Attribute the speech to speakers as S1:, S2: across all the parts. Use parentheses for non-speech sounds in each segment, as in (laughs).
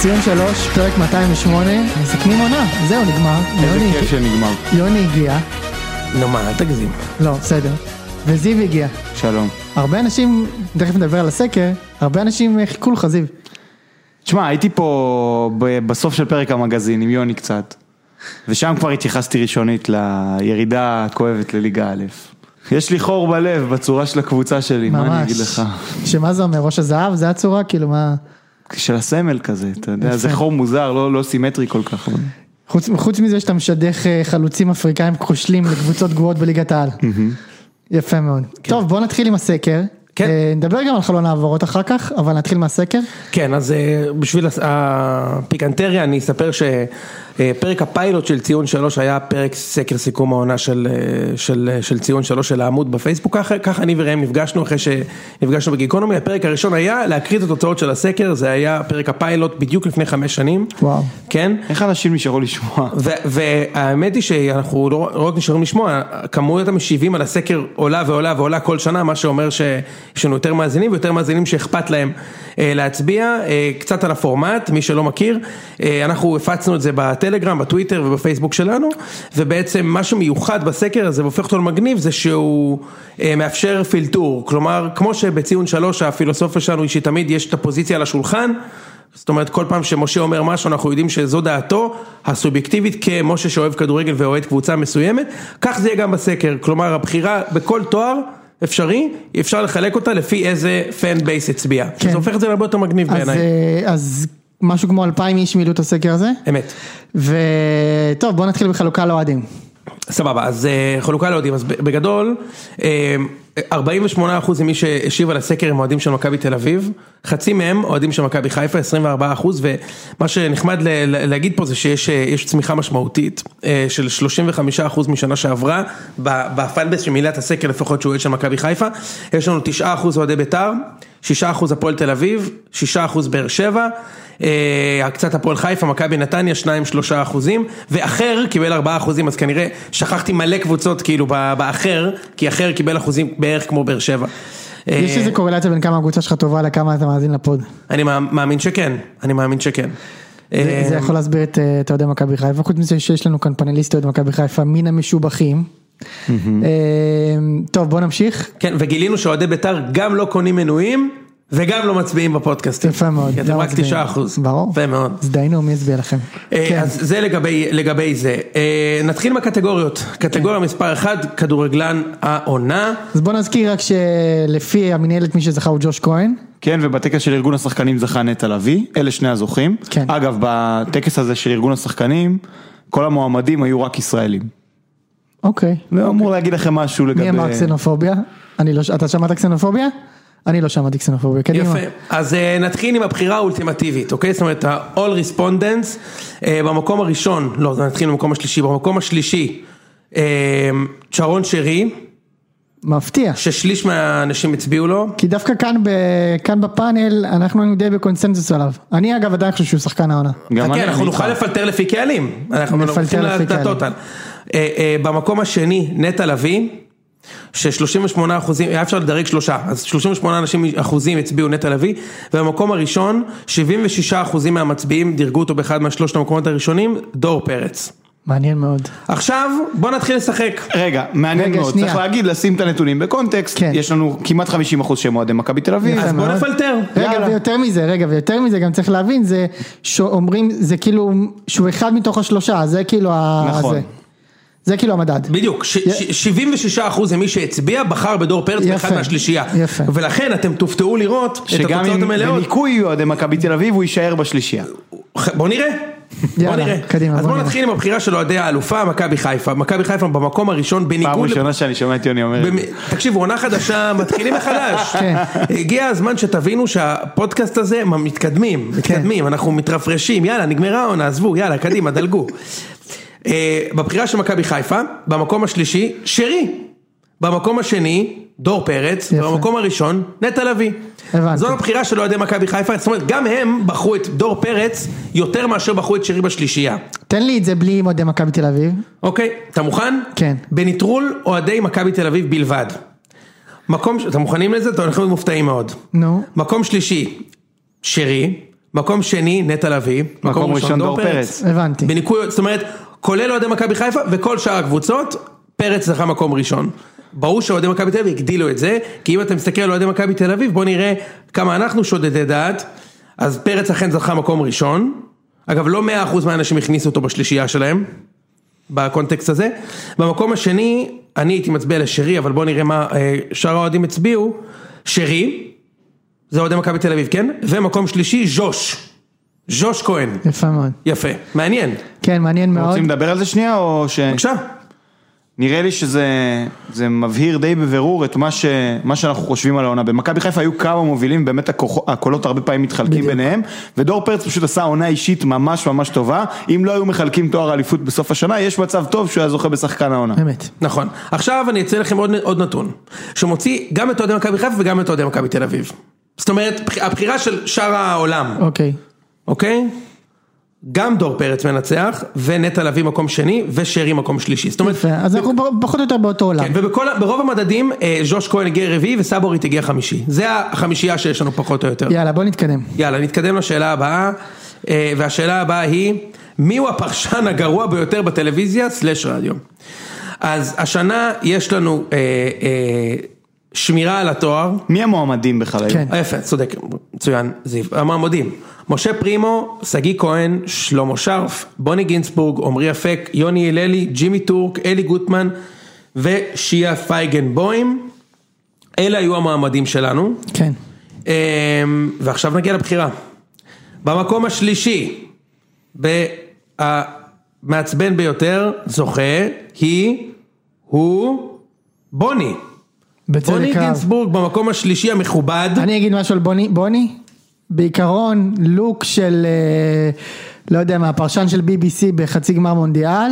S1: 23, פרק 208, מסכמים עונה, זהו נגמר.
S2: איזה
S1: יוני-
S2: כיף שנגמר.
S1: יוני הגיע,
S3: נו מה, אל תגזים.
S1: לא, בסדר, וזיו הגיע.
S2: שלום.
S1: הרבה אנשים, תכף נדבר על הסקר, הרבה אנשים אה, חיכו לך זיו.
S2: תשמע, הייתי פה ב- בסוף של פרק המגזין עם יוני קצת, ושם כבר התייחסתי ראשונית לירידה הכואבת לליגה א'. יש לי חור בלב בצורה של הקבוצה שלי,
S1: ממש.
S2: כן, מה אני אגיד לך?
S1: שמה זה אומר, ראש הזהב, זה הצורה, כאילו מה...
S2: של הסמל כזה, אתה יודע, זה חור מוזר, לא, לא סימטרי כל כך. אבל-
S1: חוץ, חוץ מזה שאתה משדך אה, חלוצים אפריקאים כושלים לקבוצות גרועות בליגת העל. יפה מאוד.
S2: כן.
S1: טוב, בוא נתחיל עם הסקר.
S3: כן.
S1: אה, נדבר גם על חלון העברות אחר כך, אבל נתחיל מהסקר.
S3: כן, אז אה, בשביל הס- אה, הפיקנטריה אני אספר שפרק הפיילוט של ציון שלוש היה פרק סקר סיכום העונה של, אה, של, אה, של ציון שלוש של העמוד בפייסבוק, ככה, ככה אני וראם נפגשנו אחרי שנפגשנו בגיקונומי, הפרק הראשון היה להקריא את התוצאות של הסקר, זה היה פרק הפיילוט בדיוק לפני חמש שנים,
S1: וואו.
S3: כן,
S2: איך אנשים נשארו לשמוע?
S3: ו- והאמת היא שאנחנו לא לא רק נשארים לשמוע, כמויות המשיבים על הסקר עולה ועולה ועולה כל שנה, מה שאומר שיש לנו יותר מאזינים ויותר מאזינים שאכפת להם אה, להצביע, אה, קצת על הפורמט, מי שלא מכיר, אה, אנחנו הפצנו את זה בטלגרם, בטוויטר ובפייסבוק שלנו, ובעצם משהו מיוחד בסקר הזה והופך אותו למגניב זה שהוא אה, מאפשר פילטור, כלומר כמו שבציון שלוש הפילוסופיה שלנו היא שתמיד יש את הפוזיציה על השולחן, זאת אומרת, כל פעם שמשה אומר משהו, אנחנו יודעים שזו דעתו הסובייקטיבית כמשה שאוהב כדורגל ואוהד קבוצה מסוימת, כך זה יהיה גם בסקר, כלומר הבחירה בכל תואר אפשרי, אפשר לחלק אותה לפי איזה פן בייס הצביע,
S1: כן.
S3: שזה הופך את זה להרבה יותר מגניב
S1: אז,
S3: בעיניי,
S1: אה, אז משהו כמו אלפיים איש מילאו את הסקר הזה.
S3: אמת.
S1: וטוב, בוא נתחיל בחלוקה לאוהדים.
S3: סבבה, אז אה, חלוקה לאוהדים, אז ב- בגדול, אה, 48% ממי שהשיב על הסקר הם אוהדים של מכבי תל אביב, חצי מהם אוהדים של מכבי חיפה, 24%, ומה שנחמד ל- ל- להגיד פה זה שיש אה, יש צמיחה משמעותית אה, של 35% משנה שעברה, ב- בפנבס שמילא את הסקר לפחות שהוא אוהד של מכבי חיפה, יש לנו 9% אוהדי בית"ר, 6% הפועל תל אביב, 6% באר שבע, אה, קצת הפועל חיפה, מכבי נתניה, 2-3 אחוזים, ואחר קיבל 4 אחוזים, אז כנראה שכחתי מלא קבוצות כאילו ב- באחר, כי אחר קיבל אחוזים בערך כמו באר שבע. אה,
S1: יש איזה קורלציה בין כמה הקבוצה שלך טובה לכמה אתה מאזין לפוד.
S3: אני מא- מאמין שכן, אני מאמין שכן.
S1: זה- זה
S3: אה,
S1: יכול להסביר את אה, את אוהדי מכבי חיפה, חוץ מזה שיש לנו כאן פאנליסט אוהד מכבי חיפה מן המשובחים. אה, טוב, בוא נמשיך.
S3: כן, וגילינו שאוהדי בית"ר גם לא קונים מנויים, וגם לא מצביעים בפודקאסטים.
S1: יפה מאוד.
S3: כי אתם
S1: לא
S3: רק
S1: מצביעים.
S3: 9 אחוז.
S1: ברור.
S3: יפה מאוד.
S1: אז דיינו, מי יצביע לכם?
S3: אה,
S1: כן.
S3: אז זה לגבי, לגבי זה. אה, נתחיל מהקטגוריות. קטגוריה מספר 1, כדורגלן העונה.
S1: אז בוא נזכיר רק שלפי המנהלת מי שזכה הוא ג'וש כהן.
S2: כן, ובטקס של ארגון השחקנים זכה נטע לביא, אלה שני הזוכים.
S1: כן.
S2: אגב, בטקס הזה של ארגון השחקנים, כל המועמדים היו רק ישראלים.
S1: אוקיי.
S2: זה אמור להגיד לכם משהו לגבי...
S1: מי אמר קסנופוביה? אני לא, ש- אתה שמעת קסנופוביה? אני לא שמעתי קסנופוביה, קדימה.
S3: יפה. אז אה, נתחיל עם הבחירה האולטימטיבית, אוקיי? זאת אומרת, ה-all respondents אה, במקום הראשון, לא, נתחיל במקום השלישי, במקום השלישי, אה, שרון שרי,
S1: מפתיע.
S3: ששליש מהאנשים הצביעו לו.
S1: כי דווקא כאן, ב, כאן בפאנל אנחנו היינו די בקונצנזוס עליו. אני אגב עדיין חושב שהוא שחקן העונה.
S2: גם
S3: חכה,
S2: אני,
S3: אנחנו
S2: אני
S3: נוכל
S2: איתך.
S3: לפלטר לפי קהלים. אנחנו
S1: נפלטר
S3: נפלטר
S1: לפי
S3: לפי
S1: קהלים.
S3: קהלים. אה, במקום השני, נטע לביא, ש-38 אחוזים, היה אפשר לדרג שלושה, אז 38 אנשים אחוזים הצביעו נטע לביא, ובמקום הראשון, 76 אחוזים מהמצביעים דירגו אותו באחד מהשלושת המקומות הראשונים, דור פרץ.
S1: מעניין מאוד.
S3: עכשיו, בוא נתחיל לשחק.
S2: רגע, מעניין
S1: רגע,
S2: מאוד,
S1: שנייה.
S2: צריך להגיד, לשים את הנתונים בקונטקסט,
S1: כן.
S2: יש לנו כמעט 50% שהם אוהדי מכבי תל אביב,
S1: יפה
S3: אז בוא
S1: מאוד.
S3: נפלטר.
S1: רגע
S2: יאללה.
S1: ויותר מזה, רגע ויותר מזה, גם צריך להבין, זה שאומרים, זה כאילו, שהוא אחד מתוך השלושה, זה כאילו, ה-
S2: נכון.
S1: זה. זה כאילו המדד.
S3: בדיוק, ש- ש- 76 אחוז ממי שהצביע בחר בדור פרץ באחד
S1: יפה,
S3: מהשלישייה.
S1: יפה.
S3: ולכן אתם תופתעו לראות את
S2: שגם
S3: התוצאות
S2: אם
S3: המלאות.
S2: בניכוי אוהדי מכבי תל אביב, הוא יישאר בשלישייה.
S3: בוא נראה.
S1: יאללה,
S3: בוא נראה.
S1: קדימה,
S3: אז
S1: בוא
S3: בוא
S1: נראה.
S3: נתחיל עם הבחירה של אוהדי האלופה, מכבי חיפה. מכבי חיפה במקום הראשון
S2: פעם
S3: בניגוד...
S2: ראשונה שאני שומע את יוני אומר,
S3: במ- תקשיבו, עונה חדשה, (laughs) מתחילים מחדש.
S1: כן.
S3: הגיע הזמן שתבינו שהפודקאסט הזה, מה, מתקדמים,
S1: כן.
S3: מתקדמים, אנחנו מתרפרשים, יאללה, נגמרה העונה, עזבו, יאללה, קדימה, דלגו. אה, בבחירה של מכבי חיפה, במקום השלישי, שרי. במקום השני, דור פרץ,
S1: יפה.
S3: ובמקום הראשון, נטע לביא.
S1: הבנתי.
S3: זו הבחירה של אוהדי מכבי חיפה, זאת אומרת, גם הם בחרו את דור פרץ יותר מאשר בחרו את שרי בשלישייה.
S1: תן לי את זה בלי עם אוהדי מכבי תל אביב.
S3: אוקיי, אתה מוכן?
S1: כן.
S3: בנטרול אוהדי מכבי תל אביב בלבד. מקום, ש- אתם מוכנים לזה? אתם הולכים להיות מופתעים מאוד.
S1: נו.
S3: מקום שלישי, שרי. מקום שני, נטע לביא.
S2: מקום ראשון, דור פרץ.
S1: הבנתי.
S3: בניקוי, זאת אומרת, כולל אוהדי מכבי חיפה וכל שאר הקבוצות, פרץ זכה מקום ראשון. ברור שאוהדי מכבי תל אביב הגדילו את זה, כי אם אתה מסתכל על אוהדי מכבי תל אביב, בוא נראה כמה אנחנו שודדי דעת. אז פרץ אכן זכה מקום ראשון. אגב, לא 100% מהאנשים הכניסו אותו בשלישייה שלהם, בקונטקסט הזה. במקום השני, אני הייתי מצביע לשרי, אבל בוא נראה מה אה, שאר האוהדים הצביעו. שרי, זה אוהדי מכבי תל אביב, כן? ומקום שלישי, ז'וש. ז'וש כהן.
S1: יפה מאוד.
S3: יפה, מעניין.
S1: כן, מעניין מאוד.
S2: רוצים לדבר על זה שנייה, או ש...
S3: בבקשה.
S2: נראה לי שזה זה מבהיר די בבירור את מה, ש, מה שאנחנו חושבים על העונה. במכבי חיפה היו כמה מובילים, באמת הכוח, הקולות הרבה פעמים מתחלקים בדיוק. ביניהם, ודור פרץ פשוט עשה עונה אישית ממש ממש טובה. אם לא היו מחלקים תואר אליפות בסוף השנה, יש מצב טוב שהוא היה זוכה בשחקן העונה.
S1: אמת.
S3: נכון. עכשיו אני אציע לכם עוד, עוד נתון, שמוציא גם את אוהדי מכבי חיפה וגם את אוהדי מכבי תל אביב. זאת אומרת, בח- הבחירה של שאר העולם,
S1: אוקיי.
S3: אוקיי? גם דור פרץ מנצח, ונטע לביא מקום שני, ושרי מקום שלישי. זאת אומרת,
S1: יפה. אז אנחנו פחות או יותר באותו עולם.
S3: כן, ובכל, ה- ברוב המדדים, אה, ז'וש כהן הגיע רביעי וסבורית הגיע חמישי. זה החמישייה שיש לנו פחות או יותר.
S1: יאללה, בוא נתקדם.
S3: יאללה, נתקדם לשאלה הבאה, אה, והשאלה הבאה היא, מיהו הפרשן הגרוע ביותר בטלוויזיה סלש רדיו? אז השנה יש לנו אה, אה, שמירה על התואר,
S2: מי המועמדים בכלל
S1: כן.
S2: היו?
S3: אה, יפה, צודק, מצוין, זיו, המועמדים, משה פרימו, שגיא כהן, שלמה שרף, בוני גינסבורג, עמרי אפק, יוני הללי, ג'ימי טורק, אלי גוטמן ושיה פייגנבוים, אלה היו המועמדים שלנו.
S1: כן.
S3: אמ, ועכשיו נגיע לבחירה. במקום השלישי, והמעצבן ביותר, זוכה, היא, הוא, בוני.
S1: בצדק
S3: בוני
S1: רב.
S3: גינסבורג במקום השלישי המכובד.
S1: אני אגיד משהו על בוני. בוני, בעיקרון לוק של, אה, לא יודע מה, הפרשן של BBC בחצי גמר מונדיאל,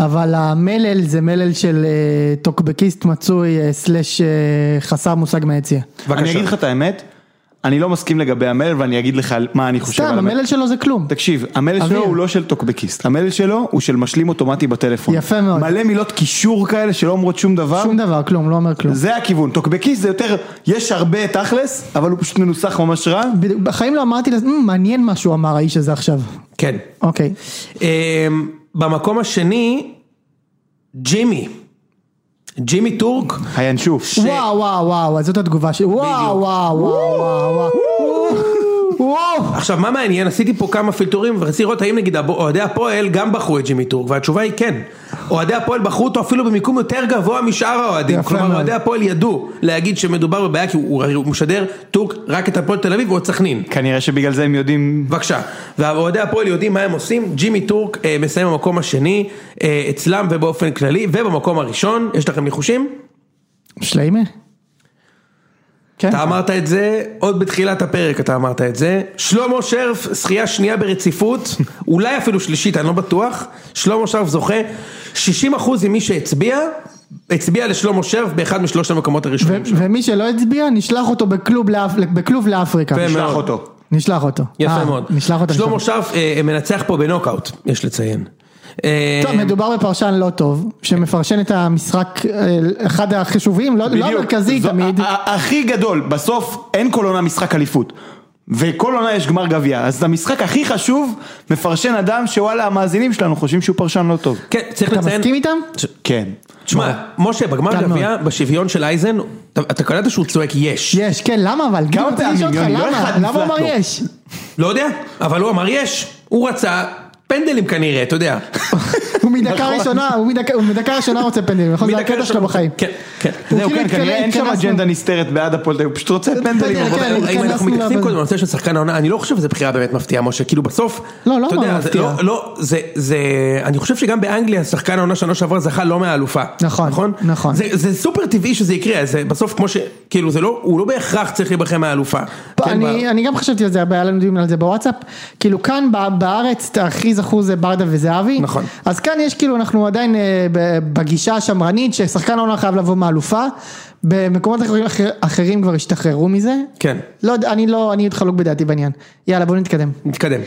S1: אבל המלל זה מלל של אה, טוקבקיסט מצוי אה, סלאש אה, חסר מושג מהיציע.
S3: בבקשה.
S2: אני אגיד לך את האמת, אני לא מסכים לגבי המלל ואני אגיד לך על מה אני חושב
S1: סתם,
S2: על המלל.
S1: המלל שלו זה כלום.
S2: תקשיב, המלל
S1: אביר.
S2: שלו הוא לא של טוקבקיסט, המלל שלו הוא של משלים אוטומטי בטלפון.
S1: יפה מאוד.
S2: מלא מילות קישור כאלה שלא אומרות שום דבר.
S1: שום דבר, כלום, לא אומר כלום.
S2: זה הכיוון, טוקבקיסט זה יותר, יש הרבה תכלס, אבל הוא פשוט מנוסח ממש רע.
S1: בדיוק, בחיים לא אמרתי לזה, "מ, מעניין מה שהוא אמר האיש הזה עכשיו.
S3: כן.
S1: אוקיי.
S3: אמ, במקום השני, ג'ימי. ג'ימי טורק.
S2: הינשוף.
S3: ש-
S1: וואו וואו וואו, אז זאת התגובה שלי. וואו
S3: בדיוק.
S1: וואו וואו וואו וואו. וואו.
S3: עכשיו מה מעניין, עשיתי פה כמה פילטורים ורציתי לראות האם נגיד הבו- אוהדי הפועל גם בחרו את ג'ימי טורק, והתשובה היא כן. אוהדי הפועל בחרו אותו אפילו במיקום יותר גבוה משאר האוהדים.
S1: יפה
S3: כלומר
S1: מאוד.
S3: אוהדי הפועל ידעו להגיד שמדובר בבעיה כי הוא הרי הוא משדר טורק רק את הפועל תל אביב ועוד סכנין.
S2: כנראה שבגלל זה הם יודעים,
S3: בבקשה. ואוהדי הפועל יודעים מה הם עושים, ג'ימי טורק אה, מסיים במקום השני אה, אצלם ובאופן כללי, ובמקום הראשון, יש לכם ניחושים?
S1: שליימה? כן.
S3: אתה אמרת את זה עוד בתחילת הפרק, אתה אמרת את זה. שלמה שרף, זכייה שנייה ברציפות, אולי אפילו שלישית, אני לא בטוח. שלמה שרף זוכה, 60% ממי שהצביע, הצביע לשלמה שרף באחד משלושת המקומות הראשונים שלו.
S1: ו- ומי שלא הצביע, נשלח אותו בכלוב לאפ- בכלוב לאפריקה.
S3: יפה
S2: שלח
S3: מאוד.
S2: אותו.
S1: נשלח אותו.
S3: יפה
S1: אה,
S3: מאוד.
S1: נשלח אותו.
S3: שלמה
S1: נשלח
S3: שרף אה, מנצח פה בנוקאוט, יש לציין. אה,
S1: אותו. טוב, מדובר בפרשן לא טוב, שמפרשן את המשחק, אה, אחד החשובים, לא לא המרכזי
S2: זו-
S1: תמיד.
S3: אה,
S2: ה- ה- הכי גדול, בסוף אין כל עונה משחק אליפות. וכל עונה יש גמר גביע, אז המשחק הכי חשוב, מפרשן אדם שוואלה המאזינים שלנו חושבים שהוא פרשן לא טוב.
S3: כן, צריך
S1: אתה
S3: לציין.
S1: מסכים איתם?
S2: כן.
S3: תשמע, משה, בגמר
S1: קל
S3: גביע, בשוויון של אייזן, אתה- אתה קלטת שהוא צועק יש.
S1: יש, כן, למה אבל? בדיוק רציתי
S2: פעמים,
S1: לשאול אותך,
S2: יוני? לא
S1: למה?
S2: אחד
S1: למה הוא אמר
S2: נפלט לו.
S1: יש?
S3: לא יודע, אבל הוא אמר יש. הוא רצה פנדלים כנראה, אתה יודע.
S1: הוא מדקה
S2: נכון.
S1: ראשונה, הוא מדקה- הוא מדקה ראשונה רוצה פנדלים, נכון? זה
S3: מדקה
S1: הקטע שלו
S3: ראשונה.
S1: בחיים.
S3: כן, כן.
S1: הוא
S2: זהו,
S1: כאילו
S2: כן,
S1: התכנס-
S2: כנראה אין שם
S1: התכנסנו-
S2: אג'נדה נסתרת בעד הפועל תל אביב, פשוט רוצה פנדלים.
S1: פנדלים,
S2: אבל-
S1: כן.
S3: אבל אם אנחנו
S1: התכנסנו
S3: מתייחסים
S1: אבל-
S3: קודם לנושא של שחקן העונה, אני לא חושב שזו בחירה באמת מפתיעה, משה, כאילו בסוף,
S1: לא, לא
S3: אתה יודע,
S1: אמרנו
S3: זה-
S1: מפתיעה.
S3: לא, לא, זה, זה, אני חושב שגם באנגליה שחקן העונה שנה שעברה זכה לא מהאלופה,
S1: נכון, נכון.
S3: זה, זה סופר טבעי שזה יקרה, זה בסוף כמו ש, כאילו זה לא, הוא לא בהכרח צריך להיבחר מהאלופה,
S1: פה,
S3: כן,
S1: אני, אני גם חשבתי על זה, היה לנו דיון על זה בוואטסאפ, כאילו כאן ב- בארץ הכי זכור זה ברדה וזהבי,
S3: נכון.
S1: אז כאן יש כאילו אנחנו עדיין אה, ב- בגישה השמרנית ששחקן העונה חייב לבוא מאלופה, במקומות אחרים, אחר, אחרים כבר השתחררו מזה,
S3: כן.
S1: לא יודע, אני לא, אני עוד חלוק בדעתי בעניין, יאללה בוא נתקדם,
S3: נתקדם.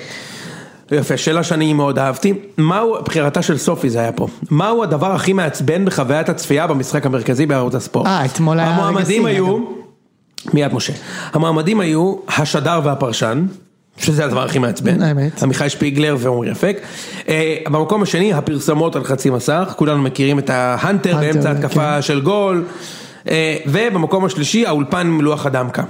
S3: יפה, שאלה שאני מאוד אהבתי, מהו, בחירתה של סופי זה היה פה, מהו הדבר הכי מעצבן בחוויית הצפייה במשחק המרכזי בערוץ הספורט?
S1: אה, אתמול היה רגע
S3: המועמדים
S1: שיא,
S3: היו, מיד משה, המועמדים היו השדר והפרשן, שזה הדבר הכי מעצבן.
S1: האמת.
S3: עמיחי שפיגלר ועומרי אפק. אה, במקום השני, הפרסמות על חצי מסך, כולנו מכירים את ההאנטר
S1: האנטר, כן.
S3: באמצע התקפה של גול. אה, ובמקום השלישי, האולפן עם לוח הדמקה.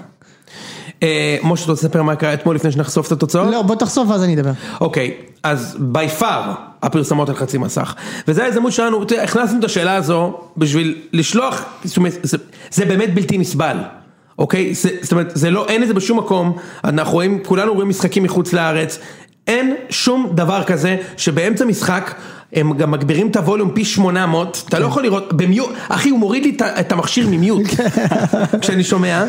S3: אה, משה, אתה רוצה לספר מה קרה אתמול לפני שנחשוף את התוצאות?
S1: לא, בוא תחשוף ואז אני אדבר.
S3: אוקיי, אז בי פאר הפרסמות על חצי מסך. וזו ההזדמנות שלנו, תראה, הכנסנו את השאלה הזו בשביל לשלוח, זאת אומרת, זה, זה באמת בלתי נסבל. אוקיי? זה, זאת אומרת, זה לא, אין את זה בשום מקום, אנחנו רואים, כולנו רואים משחקים מחוץ לארץ, אין שום דבר כזה שבאמצע משחק הם גם מגבירים את הווליום פי 800, אתה לא יכול לראות, במיוט, אחי הוא מוריד לי את ה- את המכשיר ממיוט, כשאני שומע,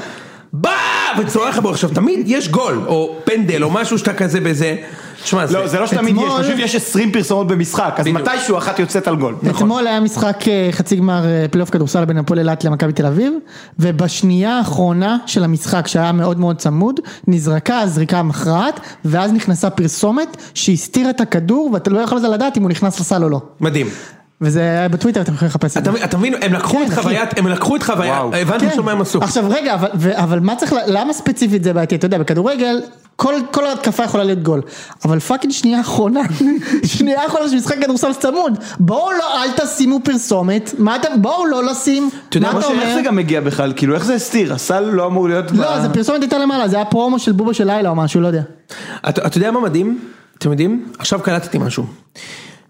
S3: בא! וצורח בו עכשיו, תמיד יש גול, או פנדל, או משהו שאתה כזה בזה, תשמע,
S2: לא, זה לא שתמיד יש,
S1: אתמול-
S2: פשוט יש 20 פרסומות במשחק, אז
S3: בדיוק.
S2: מתישהו אחת יוצאת על גול.
S3: נכון.
S2: נכון.
S1: אתמול היה משחק אה, חצי גמר אה, פלייאוף כדורסל בין הפועל אילת למכבי תל אביב ובשנייה האחרונה של המשחק שהיה מאוד מאוד צמוד נזרקה הזריקה המכרעת ואז נכנסה פרסומת שהסתירה את הכדור ואתה לא יכול לדעת אם הוא נכנס לסל או לא
S3: מדהים.
S1: וזה היה בטוויטר אתם יכולים לחפש את
S3: אתה
S1: זה.
S3: מבין- אתה מבין, הם לקחו
S1: כן,
S3: את
S1: אחי.
S3: חוויית, הם לקחו את חוויית,
S2: וואו.
S3: הבנתי
S1: כן.
S3: עכשיו מה הם עשו.
S1: עכשיו רגע, אבל, ו- אבל מה צריך, ל- למה ספציפית זה בעייתי? אתה יודע, בכדורגל, כל, כל התקפה יכולה להיות גול. אבל פאקינג שנייה אחרונה, (laughs) שנייה אחרונה של משחק כדורסל צמוד. בואו לא, אל תשימו פרסומת, מה אתם, בואו לא לשים,
S3: אתה יודע,
S1: מה אתה
S2: משה, איך
S1: אומר?
S2: זה גם מגיע בכלל? כאילו, איך זה הסתיר? הסל לא אמור להיות...
S1: לא,
S2: ב-
S1: זה פרסומת הייתה למעלה, זה היה פרומו של בובה של לילה או משהו, לא יודע.
S3: אתה אתה יודע מה מדהים? אתם יודעים? עכשיו קלטתי משהו.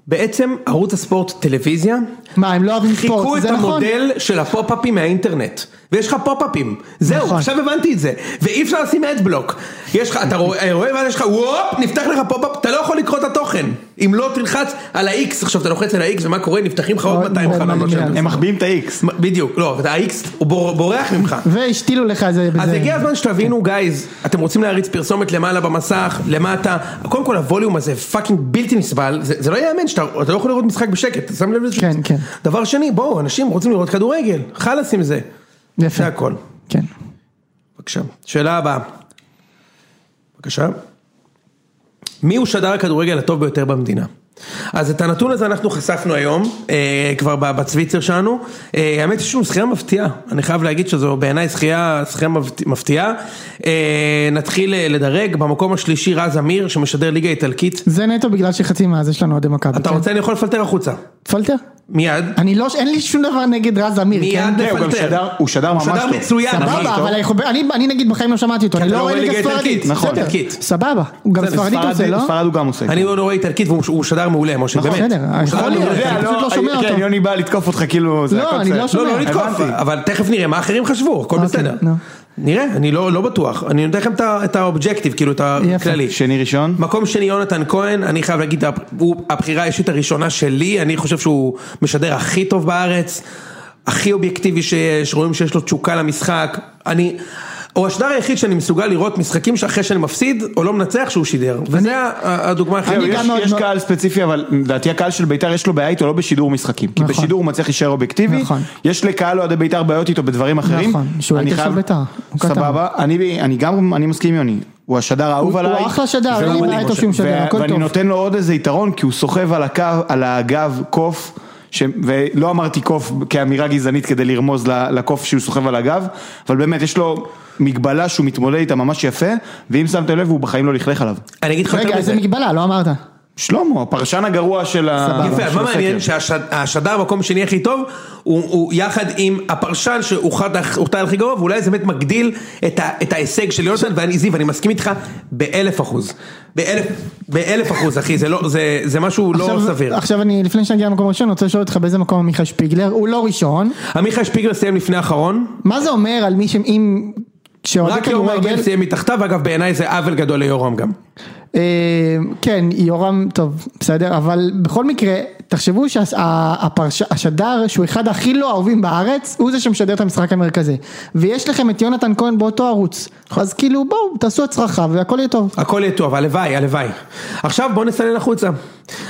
S3: בעצם ערוץ הספורט טלוויזיה,
S1: מה, הם לא אוהבים
S3: חיקו
S1: ספורט,
S3: את
S1: זה נכון.
S3: המודל של הפופ-אפים מהאינטרנט. ויש לך פופ-אפים, זהו,
S1: נכון.
S3: עכשיו הבנתי את זה, ואי אפשר לשים אדבלוק. יש לך, אתה רואה, רואה, ואז יש לך, וופ, נפתח לך פופ-אפ, אתה לא יכול לקרוא את התוכן. אם לא תלחץ על ה-X, עכשיו אתה לוחץ על ה-X, ומה קורה? נפתחים לך עוד
S1: מאוד
S3: 200
S1: מאוד
S3: חלונות של...
S1: מעניין.
S2: הם מחביאים את ה-X.
S3: מ- בדיוק, לא, אתה- ה-X הוא בור- בורח ממך.
S1: והשתילו לך את זה
S3: אז
S1: בזה.
S3: הגיע הזמן שתבינו גייז, אתם רוצים להריץ פרסומת למעלה במסך, למטה, קודם כל הווליום הזה פאקינג בלתי נסבל, זה, זה לא ייאמן שאתה אתה לא יכול לראות משחק בשקט, אתה שם לב לזה?
S1: כן, כן.
S3: דבר שני, בואו, אנשים רוצים לראות כדורגל, חלאס עם זה.
S1: יפה.
S3: זה הכל.
S1: כן.
S3: בבקשה. שאלה הבאה. בבקשה. מי הוא שדר הכדורגל הטוב ביותר במדינה? אז את הנתון הזה אנחנו חשפנו היום, אה, כבר ב- בצוויצר שלנו. אה, האמת יש לנו זכייה מפתיעה, אני חייב להגיד שזו בעיניי זכייה, זכייה מבט- מפתיעה. אה, נתחיל אה, לדרג, במקום השלישי רז אמיר שמשדר ליגה איטלקית.
S1: זה נטו בגלל שחצי מאז יש לנו אוהדי מכבי.
S3: אתה
S1: כן?
S3: רוצה אני יכול לפלטר החוצה,
S1: פלטר?
S3: מיד.
S1: אני לא, אין לי שום דבר נגד רז אמיר,
S3: מיד
S1: כן?
S2: כן, הוא גם
S3: לפלטר.
S2: שדר- הוא שדר ממש
S3: שדר
S2: טוב.
S3: מצוין, ממש
S1: סבבה,
S3: טוב.
S1: אבל אנחנו- אני אני נגיד בחיים לא שמעתי אותו, אני
S3: אתה
S1: לא
S3: לא
S1: רואה
S3: רואה
S1: ליגה
S3: ליגה
S1: ספרדית,
S3: איטלקית,
S2: נכון.
S1: בסדר.
S3: איטלקית.
S1: סבבה, הוא גם ספרדית עושה, לא?
S2: ספרד הוא גם עושה. את
S3: אני
S2: זה.
S3: לא רואה איטלקית והוא הוא שדר מעולה, משה,
S1: נכון,
S3: באמת.
S1: בסדר,
S3: הוא שדר
S1: יכול להיות,
S3: מעולה.
S2: אתה יודע,
S1: אני פשוט לא שומע
S2: כן,
S1: אותו.
S2: יוני בא לתקוף אותך, כאילו, זה
S1: לא,
S2: הקונספט.
S1: אני לא שומע.
S3: לא, לא לתקוף,
S2: הבנתי.
S3: אבל תכף נראה מה האחרים חשבו, הכל
S1: אוקיי,
S3: בסדר.
S1: נו.
S3: נראה, אני לא לא בטוח, אני נותן לכם את ה- את האובג'קטיב, כאילו את הכללי.
S2: שני ראשון?
S3: מקום שני יונתן כהן, אני חייב להגיד, הוא הבחירה האישית הראשונה שלי, אני חושב שהוא משדר הכי טוב בארץ, הכי אובייקטיבי שיש, רואים שיש לו תשוקה למשחק, אני... הוא השדר היחיד שאני מסוגל לראות משחקים שאחרי שאני מפסיד או לא מנצח שהוא שידר, וזה ה- הדוגמה הכי...
S2: זהו,
S1: אני
S2: יש-
S1: גם מאוד
S2: יש
S1: מאוד-
S2: קהל ספציפי, אבל לדעתי הקהל של ביתר יש לו בעיה איתו לא בשידור משחקים. כי
S1: נכון.
S2: בשידור הוא מצליח להישאר אובייקטיבי.
S1: נכון.
S2: יש לקהל אוהדי ביתר בעיות איתו בדברים אחרים.
S1: נכון, שהוא
S2: אני
S1: הייתי
S2: חייב-
S1: של ביתר, הוא קטן.
S2: סבבה, אני אני גם, אני מסכים עם יוני. הוא השדר האהוב
S1: הוא-
S2: עליי.
S1: הוא אחלה שדר, אין לי
S2: והוא-
S1: בעיה איתו שהוא משדר,
S2: ו-
S1: הכל
S2: ואני
S1: טוב.
S2: נותן לו עוד איזה יתרון, כי הוא סוחב על הקו, על הגב קוף. ש... ולא אמרתי קוף כאמירה גזענית כדי לרמוז ל- לקוף שהוא סוחב על הגב, אבל באמת יש לו מגבלה שהוא מתמודד איתה ממש יפה, ואם שמתם לב הוא בחיים לא לכלך עליו.
S3: אני אגיד לך
S1: רגע,
S3: יותר
S1: איזה
S3: מזה.
S1: מגבלה, לא אמרת.
S2: שלמה, הפרשן הגרוע של ה...
S1: סבבה.
S3: יפה, אז
S2: אה, של
S3: מה
S2: הסקר.
S3: מעניין שהשדר במקום שני הכי טוב, הוא- הוא יחד עם הפרשן שאוחד הכ- אוחד הכי גרוע, ואולי זה באמת מגדיל את ה- את ההישג של יונתן, ואני זיו, אני מסכים איתך באלף אחוז. באלף- באלף אחוז, אחי, זה לא- זה- זה משהו לא
S1: עכשיו-
S3: סביר.
S1: עכשיו אני, לפני שנגיע למקום ראשון, רוצה לשאול אותך באיזה מקום עמיחי שפיגלר, הוא לא ראשון.
S3: עמיחי שפיגלר סיים לפני האחרון,
S1: מה זה אומר על מי שאם... כשאוהדי
S3: רק לא יורם
S1: כדורגל,
S3: ארבל סיים מתחתיו, אגב בעיניי זה עוול גדול ליורם גם.
S1: אה, כן, יורם, טוב, בסדר, אבל בכל מקרה, תחשבו שהשדר שהוא אחד הכי לא אהובים בארץ, הוא זה שמשדר את המשחק המרכזי. ויש לכם את יונתן כהן באותו ערוץ,
S3: נכון.
S1: אז כאילו בואו, תעשו הצרחה והכל יהיה טוב.
S3: הכל יהיה טוב, הלוואי, הלוואי. עכשיו בוא נסנן החוצה.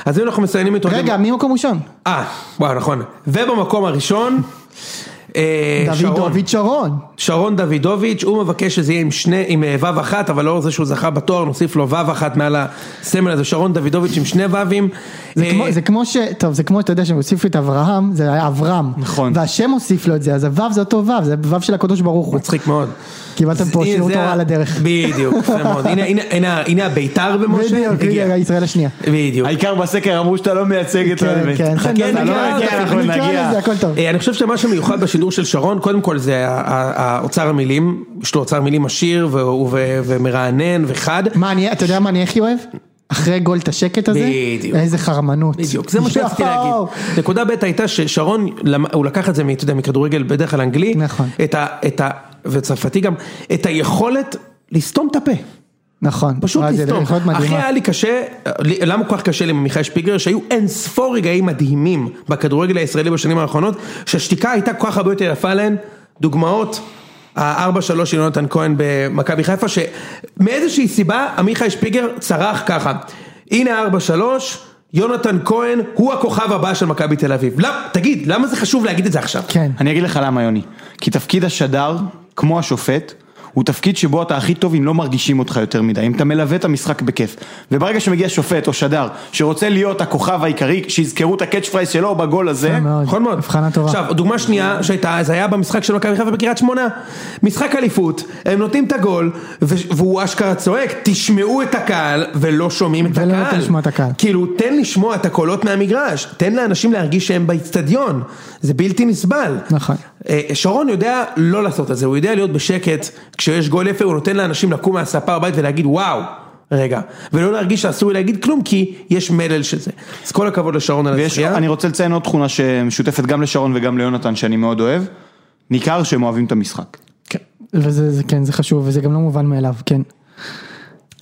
S3: אז אם אנחנו מסננים את... אוהדי
S1: רגע, מי מקום ראשון?
S3: אה, וואו נכון. ובמקום הראשון, אה, שרון.
S1: דוד שרון.
S3: שרון דוידוביץ', הוא מבקש שזה יהיה עם שני, עם אה, וו אחת, אבל לאור זה שהוא זכה בתואר, נוסיף לו וו אחת מעל הסמל הזה, שרון דוידוביץ' עם שני וווים.
S1: זה
S3: אה,
S1: כמו, זה כמו ש... טוב, זה כמו, אתה יודע, שהם הוסיפו את אברהם, זה היה אברהם.
S2: נכון.
S1: והשם הוסיף לו את זה, אז הוו זה אותו וו, זה וו של הקדוש ברוך הוא.
S3: מצחיק מאוד.
S1: קיבלתם פה
S3: הנה,
S1: שיעור
S3: זה
S1: תורה
S3: ה-
S1: על הדרך.
S3: בדיוק,
S1: (laughs)
S3: יפה מאוד. הנה- הנה- הנה- הנה הבית"ר במשה.
S1: בדיוק,
S3: הגיע.
S1: הנה, ישראל השנייה.
S3: בדיוק.
S2: העיקר בסקר אמרו שאתה לא מייצג את
S1: כן,
S2: האמת.
S1: כן,
S2: חכה,
S1: כן, נקרא
S2: אתה לא
S1: לזה,
S2: מגיע, אנחנו
S1: נקרא
S2: נגיע.
S1: לזה, הכל טוב.
S3: אה, אני חושב שמה שמיוחד בשידור של שרון, קודם כל זה ה- ה- האוצר המילים, יש לו אוצר מילים עשיר והוא- ו- ומרענן וחד.
S1: מה, אני, אתה יודע מה אני הכי אוהב? אחרי גול את השקט הזה?
S3: בדיוק.
S1: איזה חרמנות.
S3: בדיוק, זה מה שרציתי להגיד.
S1: יואו.
S3: נקודה ב' הייתה ששרון, למ- הוא לקח את זה, אתה יודע, מכדורגל בדרך כלל אנגלי,
S1: נכון.
S3: את ה, את ה, וצרפתי גם, את היכולת לסתום את הפה.
S1: נכון.
S3: פשוט
S1: וואי, זה
S3: לסתום.
S1: יכולת
S3: הכי
S1: מדהימה.
S3: היה לי קשה, לי- למה כל כך קשה לי עם מיכאל שפיגלר, שהיו אין ספור רגעים מדהימים בכדורגל הישראלי בשנים האחרונות, שהשתיקה הייתה כל כך הרבה יותר יפה להן, דוגמאות. ה-4-3 של יונתן כהן במכבי חיפה, שמאיזושהי סיבה עמיחי שפיגר צרח ככה, הנה 4-3, יונתן כהן הוא הכוכב הבא של מכבי תל אביב. למ, תגיד, למה זה חשוב להגיד את זה עכשיו?
S1: כן.
S2: אני אגיד לך למה יוני, כי תפקיד השדר, כמו השופט, הוא תפקיד שבו אתה הכי טוב אם לא מרגישים אותך יותר מדי, אם אתה מלווה את המשחק בכיף. וברגע שמגיע שופט או שדר שרוצה להיות הכוכב העיקרי, שיזכרו את הקאץ' פרייס שלו בגול הזה,
S1: יפה מאוד.
S3: נכון מאוד.
S1: הבחנה טובה.
S3: עכשיו, דוגמה שנייה שהייתה, זה היה במשחק של מכבי חיפה בקריית שמונה. משחק אליפות, הם נותנים את הגול, ו- והוא אשכרה צועק, תשמעו את הקהל, ולא שומעים את הקהל.
S1: ולא נותן לשמוע את הקהל.
S3: כאילו, תן לשמוע את הקולות מהמגרש, תן לאנשים להרגיש שהם באיצטדיון. זה בלתי נסבל.
S1: נכון.
S3: אה, שרון יודע לא לעשות את זה, הוא יודע להיות בשקט, כשיש גול יפה הוא נותן לאנשים לקום מהספה בבית ולהגיד וואו, רגע, ולא להרגיש שאסור לי להגיד כלום כי יש מלל של זה. אז כל הכבוד לשרון על
S2: ויש,
S3: הזכייה.
S2: אני רוצה לציין עוד תכונה שמשותפת גם לשרון וגם ליונתן שאני מאוד אוהב, ניכר שהם אוהבים את המשחק.
S3: כן.
S1: וזה, זה- כן, זה חשוב, וזה גם לא מובן מאליו, כן.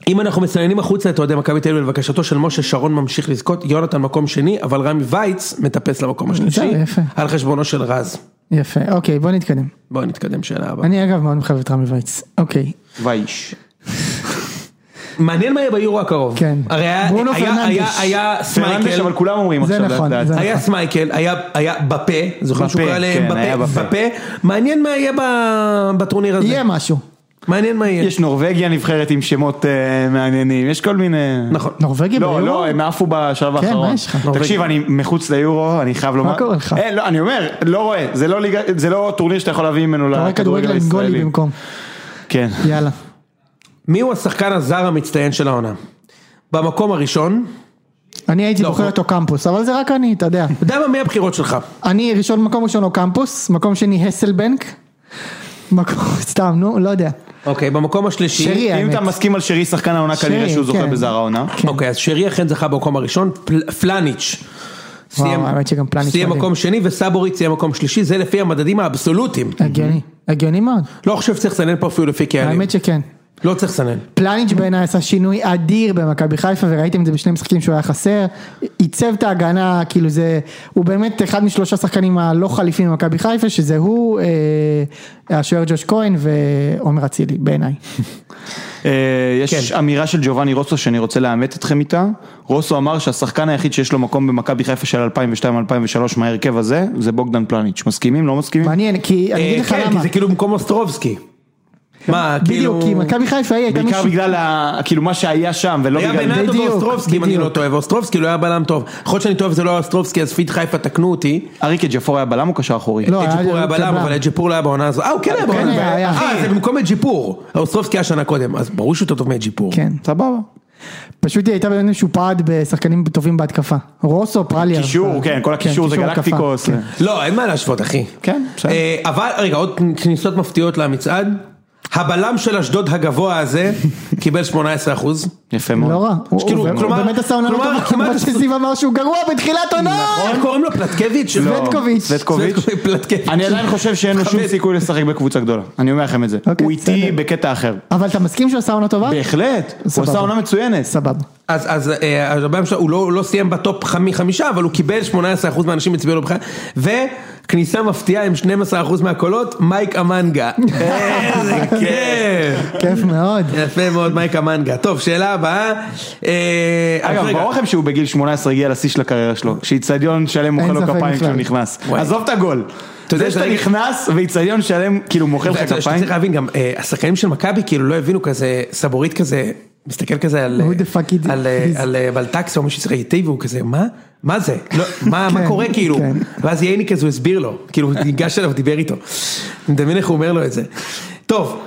S3: אם אנחנו מצננים החוצה את אוהדי מכבי תל אביב לבקשתו של משה שרון ממשיך לזכות, יונתן מקום שני, אבל רמי וייץ מטפס למקום השלישי,
S1: בסדר, אה, יפה.
S3: על חשבונו של רז.
S1: יפה, אוקיי, בוא נתקדם.
S3: בואו נתקדם שאלה הבאה.
S1: אני אגב מאוד מחבב את רמי וייץ. אוקיי.
S2: ואיש.
S3: מעניין מה יהיה ביורו הקרוב.
S1: כן.
S3: הרי היה-
S1: ברונו
S3: היה-
S1: פרננדש.
S3: היה- היה
S2: פרננדש,
S3: סמייקל,
S2: אבל כולם אומרים
S1: זה
S2: עכשיו,
S1: נכון,
S2: לאט
S1: זה
S2: לאט.
S3: היה סמייקל, היה- היה בפה, זוכרים שהוא
S2: בפה,
S3: קרא להם
S2: כן, היה
S3: בפה,
S2: בפה.
S3: בפה, מעניין מה יהיה ב- בטורניר הזה.
S1: יהיה משהו.
S3: מעניין מה
S1: כן.
S3: יהיה.
S2: יש נורבגיה נבחרת עם שמות אה, מעניינים, יש כל מיני...
S3: נכון.
S1: נורבגיה
S2: לא,
S1: ביורו?
S2: לא, הם עפו בשלב
S1: כן,
S2: האחרון.
S1: מה יש לך?
S2: תקשיב, אני מחוץ ליורו, אני חייב לומר...
S1: קורה לך?
S2: אין, לא, אני אומר, לא רואה, זה לא ליגה- זה לא טורניר שאתה יכול להביא ממנו
S1: אתה רואה
S2: לכדורגל
S1: כדורגל עם גולי
S2: הישראלי.
S1: במקום.
S2: כן.
S1: יאללה.
S3: מיהו השחקן הזר המצטיין של העונה? במקום הראשון,
S1: אני הייתי
S3: לא,
S1: בוחר
S3: לא.
S1: את אוקמפוס, אבל זה רק אני, אתה יודע.
S3: אתה יודע מה, מי הבחירות שלך?
S1: אני ראשון, מקום ראשון אוקמפוס, מקום שני הסלבנק. מקום, (laughs) סתם, נו, לא יודע.
S3: אוקיי, במקום השלישי.
S1: שרי,
S2: אם
S1: האמת.
S2: אתה מסכים על שרי שחקן העונה,
S1: שרי,
S2: כנראה שהוא זוכה
S1: כן.
S2: בזר העונה.
S3: אוקיי, אז שרי אכן זכה במקום הראשון, פל- פלניץ'.
S1: וואו,
S3: סיים-
S1: האמת שגם פלניץ'
S3: סיים
S1: מדהים.
S3: מקום שני וסבורית סיים מקום שלישי, זה לפי המדדים האבסולוטיים.
S1: הגיוני, הגיוני מאוד.
S3: לא חושב שצריך לסנן פה אפילו לפי קהלים.
S1: האמת שכן.
S3: לא צריך לסנן.
S1: פלניץ' בעיניי עשה שינוי אדיר במכבי חיפה וראיתם את זה בשני משחקים שהוא היה חסר, עיצב את ההגנה, כאילו זה, הוא באמת אחד משלושה שחקנים הלא חליפים במכבי חיפה, שזה הוא, אה, השוער ג'וש כהן ועומר אצילי
S3: (laughs)
S1: בעיניי.
S2: אה, יש
S3: כן.
S2: אמירה של ג'ובאני רוסו שאני רוצה לאמת אתכם איתה. רוסו אמר שהשחקן היחיד שיש לו מקום במכבי חיפה של 2002-2003 מההרכב הזה, זה בוגדן פלניץ'. מסכימים? לא מסכימים?
S1: מעניין, כי אני אגיד
S3: אה,
S1: לך
S3: כן, כי
S1: למה,
S3: זה כאילו במקום אוסטרובסקי. מה, כאילו...
S1: בדיוק, כי מכבי חיפה היא הייתה
S2: בעיקר
S1: מישהו,
S2: בגלל ה- כאילו מה שהיה שם ולא
S3: היה
S2: בגלל...
S3: בנאדו
S1: בדיוק,
S3: ואוסטרובסקי, אם אני לא
S1: בדיוק.
S3: טועה, ואוסטרובסקי לא היה בלם טוב. יכול להיות שאני טועה וזה לא היה אוסטרובסקי, אז פיד חיפה תקנו אותי.
S2: אריקה ג'פור היה בלם או קשר אחורי?
S1: לא, היה-
S3: ג'יפור היה
S1: הוא
S3: בלם,
S1: קבלן.
S3: אבל את ג'יפור לא היה בעונה הזו. אה, הוא כן היה
S1: כן,
S3: בעונה הזו.
S1: היה, היה.
S3: אה, זה במקום את ג'יפור. אוסטרובסקי היה שנה קודם, אז ברור שהוא יותר טוב מג'יפור.
S1: כן,
S2: סבבה.
S1: פשוט היא הייתה באמת משופעת בשחקנים טובים בהתקפה, רוסו, פרליאר,
S2: קישור, כן, כל הקישור זה
S1: קישור התקפה,
S2: גלקטיקוס.
S1: כן.
S3: לא, אין מה להשוות, אחי.
S2: כן, בסדר.
S3: אה, אבל, רגע, עוד כניסות מפתיעות למצעד. הבלם של אשדוד
S2: (laughs)
S3: הגבוה הזה קיבל 18 אחוז.
S2: יפה מאוד.
S1: לא רע, הוא-
S3: שכאילו,
S1: הוא הוא
S3: אה, כאילו, כלומר-
S1: באמת עשה עונה לא
S3: כלומר,
S1: טובה,
S3: כמעט- נכון.
S1: כמעט שזיו אמר שהוא גרוע בתחילת עונה,
S3: איך קוראים לו? פלטקביץ'?
S2: נכון. לא.
S1: סווטקוביץ'.
S2: סווטקוביץ'.
S3: פלטקביץ'.
S2: אני עדיין חושב שאין לו שום
S3: מכבד.
S2: סיכוי לשחק בקבוצה גדולה. אני אומר לכם את זה.
S1: אוקיי,
S2: הוא איטי
S1: בסדר.
S2: בקטע אחר.
S1: אבל אתה מסכים שהוא עשה עונה טובה?
S2: בהחלט. הוא
S1: סבבה.
S2: עשה עונה מצוינת.
S1: סבבה.
S3: אז, אז אה, אז הבעיה שלו, הוא לא, הוא לא סיים בטופ חמי, חמישה, אבל הוא קיבל 18% מהאנשים הצביעו לו בכלל, וכניסה מפתיעה עם 12% מהקולות,
S2: (laughs)
S3: מייק אמנגה. איזה כיף.
S1: כיף מאוד.
S3: (laughs) יפה מאוד מייק אמנגה. טוב, שאלה הבאה. אה,
S2: אגב,
S3: אז רגע,
S2: ברור לכם שהוא בגיל 18 הגיע לשיא של הקריירה שלו, שאיצטדיון שלם מוחא
S1: אין
S2: לו
S1: ספק
S2: כפיים
S1: בכלל.
S2: כשהוא נכנס.
S3: וואי.
S2: עזוב את הגול.
S3: אתה אתה יודע,
S2: זה שאתה
S3: רגע-
S2: נכנס ואיצטדיון שלם כאילו מוחא לך
S3: אתה
S2: כפיים.
S3: צריך להבין גם, אה, השחקנים של מכבי כאילו לא הבינו כזה, סבורית כזה, מסתכל כזה על,
S1: Who the fuck is-
S3: על, אה, על אה, בלטקס או מישהו ששיחק איתי והוא כזה, מה? מה זה? לא,
S1: (laughs)
S3: מה,
S1: כן,
S3: מה קורה כאילו?
S1: כן.
S3: ואז ייני כזה, הוא הסביר לו, כאילו הוא ניגש אליו ודיבר איתו. אני מדמיין איך הוא אומר לו את זה. טוב,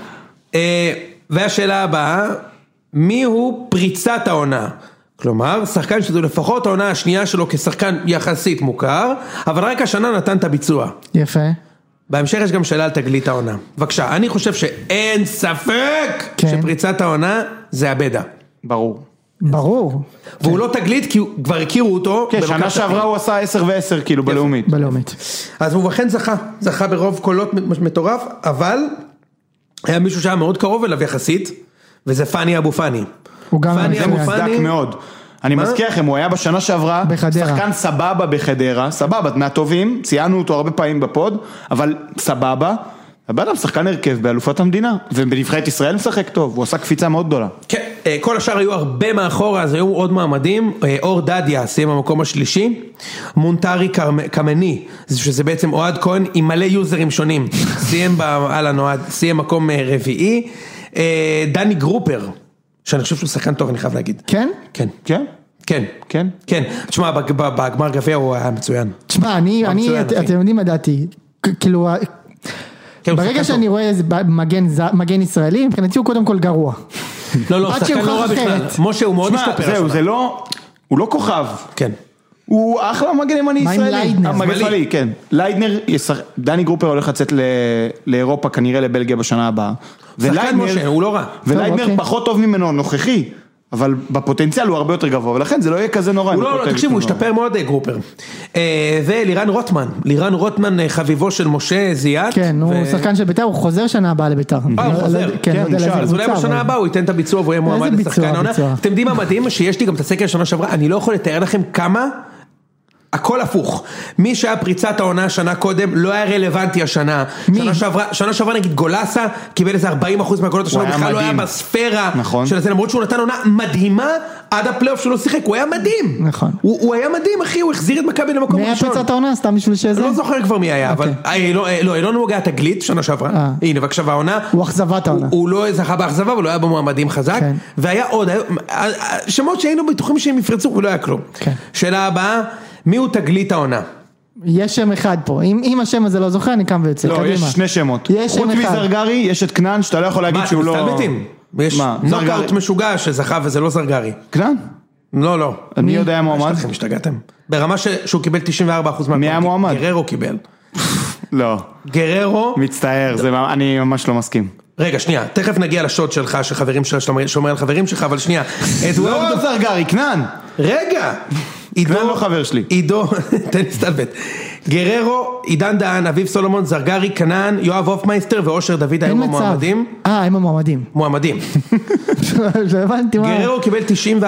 S3: אה, והשאלה הבאה, מי הוא פריצת העונה? כלומר, שחקן שזו לפחות העונה השנייה שלו כשחקן יחסית מוכר, אבל רק השנה נתן את הביצוע.
S1: יפה.
S3: בהמשך יש גם שאלה על תגלית העונה. בבקשה, אני חושב שאין ספק
S1: כן.
S3: שפריצת העונה זה הבדה.
S2: ברור.
S1: ברור.
S3: והוא לא תגלית כי הוא- כבר הכירו אותו.
S2: כן,
S3: במכבי
S2: שנה
S3: תל
S2: שעברה הוא עשה 10 ו-10 כאילו בלאומית.
S1: בלאומית.
S3: אביב. אז הוא אכן זכה, זכה ברוב קולות מטורף, אבל היה מישהו שהיה מאוד קרוב אליו יחסית, וזה פאני אבו פאני.
S1: הוא גם
S3: פאני
S1: היה
S2: זה
S3: אבו
S1: מצוין.
S2: מוצדק
S3: פאני,
S2: מאוד. אני
S3: מה?
S2: מזכיר לכם, הוא היה בשנה שעברה,
S1: בחדרה.
S2: שחקן סבבה בחדרה, סבבה, מהטובים, ציינו אותו הרבה פעמים בפוד, אבל סבבה. הבן אדם שחקן הרכב באלופת המדינה, ובנבחרת ישראל משחק טוב, הוא עשה קפיצה מאוד גדולה.
S3: כן, אה, כל השאר היו הרבה מאחורה, אז היו עוד מעמדים. אה, אור דדיה סיים במקום השלישי, מונטרי קרמ- קמני, שזה בעצם אוהד כהן עם מלא יוזרים שונים, (laughs) סיים ב... אהלן אוהד, סיים מקום אה, רביעי. אה, דני גרופר, שאני חושב שהוא שחקן טוב, אני חייב להגיד.
S1: כן?
S3: כן.
S2: כן?
S3: כן.
S2: כן?
S3: כן. תשמע, בג- ב- בגמר גביע הוא היה מצוין.
S1: תשמע, אני,
S3: הוא
S1: אני,
S3: מצוין,
S1: את-
S3: אחי.
S1: אתם יודעים מה דעתי. כ- כאילו, ה-
S3: כן, הוא
S1: ברגע
S3: שחקן
S1: שאני רואה איזה ב- מגן ז- מגן ישראלי, מבחינתי הוא קודם כל גרוע.
S3: טוב. לא, לא, הוא
S1: עד
S3: שחקן לא רע
S1: שהוכח
S3: בכלל.
S1: אחרת.
S3: משה, הוא מאוד
S2: תשמע,
S3: השתפר.
S2: זהו,
S3: השנה.
S2: זה לא, הוא לא כוכב,
S3: כן.
S2: הוא אחלה מגן ימני
S1: מה עם
S2: ישראלי.
S1: ליידנר?
S2: המגן
S3: שמאלי.
S2: שמאלי, כן. ליידנר, ישח- דני גרופר הולך לצאת ל- לאירופה, כנראה לבלגיה בשנה הבאה.
S3: שחקן
S2: וליידנר-
S3: משה, הוא לא רע.
S1: טוב,
S2: וליידנר
S1: אוקיי.
S2: פחות טוב ממנו נוכחי, אבל בפוטנציאל הוא הרבה יותר גבוה, ולכן זה לא יהיה כזה נורא. אם
S3: הוא לא, לא,
S2: פותח
S3: תקשיב, הוא
S2: אותו.
S3: השתפר מאוד אה, גרופר. אה, ולירן רוטמן, לירן רוטמן אה, חביבו של משה זיאת.
S1: כן, הוא
S3: ו-
S1: שחקן של ביתר, הוא חוזר שנה הבאה לביתר.
S3: אה,
S1: לא-
S3: הוא
S1: לא-
S3: חוזר,
S1: כן, לא
S2: כן,
S1: יודע לאיזה
S2: נשאר.
S3: אז אולי
S1: קבוצה,
S3: בשנה
S1: אבל-
S3: הבאה הוא ייתן את הביצוע והוא יהיה מועמד
S1: ביצוע,
S3: לשחקן העונה.
S1: ביצוע.
S3: אתם יודעים מה מדהים? שיש לי גם את הסקר שנה שעברה, אני לא יכול לתאר לכם כמה, הכל הפוך. מי שהיה פריצת העונה שנה קודם, לא היה רלוונטי השנה.
S1: מי?
S3: שנה שעברה, שנה שעברה נגיד גולסה, קיבל איזה 40% מהקולות השנה, הוא
S2: היה
S3: בכלל לא היה
S2: מדהים.
S3: בספירה
S2: נכון.
S3: של זה, למרות שהוא נתן עונה מדהימה עד הפלייאוף שהוא לא שיחק, הוא היה מדהים.
S1: נכון.
S3: הוא הוא היה מדהים, אחי, הוא החזיר את מכבי למקום
S1: מי היה
S3: ראשון.
S1: פצעת העונה? סתם בשביל שזה?
S3: לא זוכר כבר מי היה, אבל... אה, לא, אה, לא, אילון הוא היה תגלית שנה שעברה.
S1: אה.
S3: הנה, בבקשה, והעונה...
S1: הוא אכזבת העונה.
S3: הוא לא זכה באכזבה, אבל הוא היה במועמדים חזק.
S1: כן.
S3: והיה עוד, היה- אה, אה, שמות שהיינו בטוחים שהם יפרצו, ולא היה כלום.
S1: כן.
S3: שאלה הבאה, מי הוא תגלית העונה?
S1: יש שם אחד פה. אם אם השם הזה לא זוכר, אני קם ויוצא.
S2: לא,
S1: קדימה.
S2: יש שני שמות.
S1: יש שם
S2: חוץ
S1: אחד.
S2: מזרגרי, יש את כנען, שאתה לא יכול להגיד
S3: מה, אתם
S2: שהוא לא...
S3: מסתלבטים? יש
S2: מה,
S3: נוקאוט
S2: זרגרי.
S3: משוגע שזכה וזה לא זרגרי.
S2: כנען?
S3: לא, לא.
S2: אני יודע היה מועמד?
S3: אתם השתגעתם. ברמה ש- שהוא קיבל 94% מהקולות.
S2: מי היה מועמד?
S3: גררו קיבל.
S2: לא.
S3: גררו...
S2: מצטער, זה מה- אני ממש לא מסכים.
S3: רגע, שנייה, תכף נגיע לשוד שלך, שחברים שלך, שאתה שומר על חברים שלך, אבל שנייה. אדוארדו
S2: (laughs) לא זרגרי, כנען!
S3: רגע! עידו,
S2: לא חבר שלי.
S3: עידו, (laughs) תן לי סתלבט. גררו, עידן דהן, אביב סולומון, זרגרי, כנען, יואב הופמייסטר ואושר דוד
S1: אין
S3: היום
S1: מצב.
S3: המועמדים.
S1: אה, הם המועמדים. (laughs)
S3: מועמדים.
S1: לא הבנתי מה.
S3: גררו קיבל 94%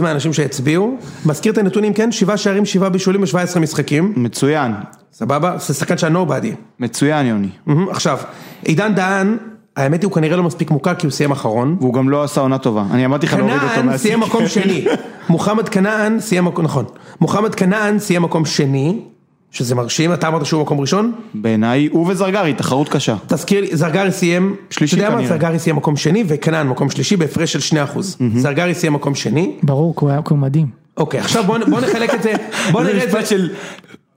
S3: מהאנשים שהצביעו. מזכיר את הנתונים, כן? שבעה שערים, שבעה בישולים ב-17 משחקים.
S2: מצוין.
S3: סבבה? זה שחקן של הנובדי.
S2: מצוין, יוני.
S3: עכשיו, עידן דהן, האמת היא הוא כנראה לא מספיק מוכר כי הוא סיים אחרון.
S2: והוא גם לא עשה עונה טובה. אני אמרתי לך להוריד אותו
S3: כנען סיים
S2: מהסיכום.
S3: מקום
S1: (laughs)
S3: שני, מוחמד כנען סיים מקום, נכון, מוחמד כנען סיים מקום שני, שזה מרשים, אתה אמרת שהוא מקום ראשון?
S2: בעיניי, הוא וזרגרי, תחרות קשה.
S3: תזכיר לי, זרגרי סיים,
S2: שלישי
S3: אתה יודע מה,
S2: כנראה.
S3: זרגרי סיים מקום שני וכנען מקום שלישי בהפרש של 2%, זרגרי סיים מקום שני,
S1: ברור, כי הוא היה כי הוא מדהים.
S3: אוקיי, עכשיו בוא בוא נחלק את זה, בוא
S2: (laughs) זה
S3: נראה את
S2: משפט
S3: זה,
S2: של...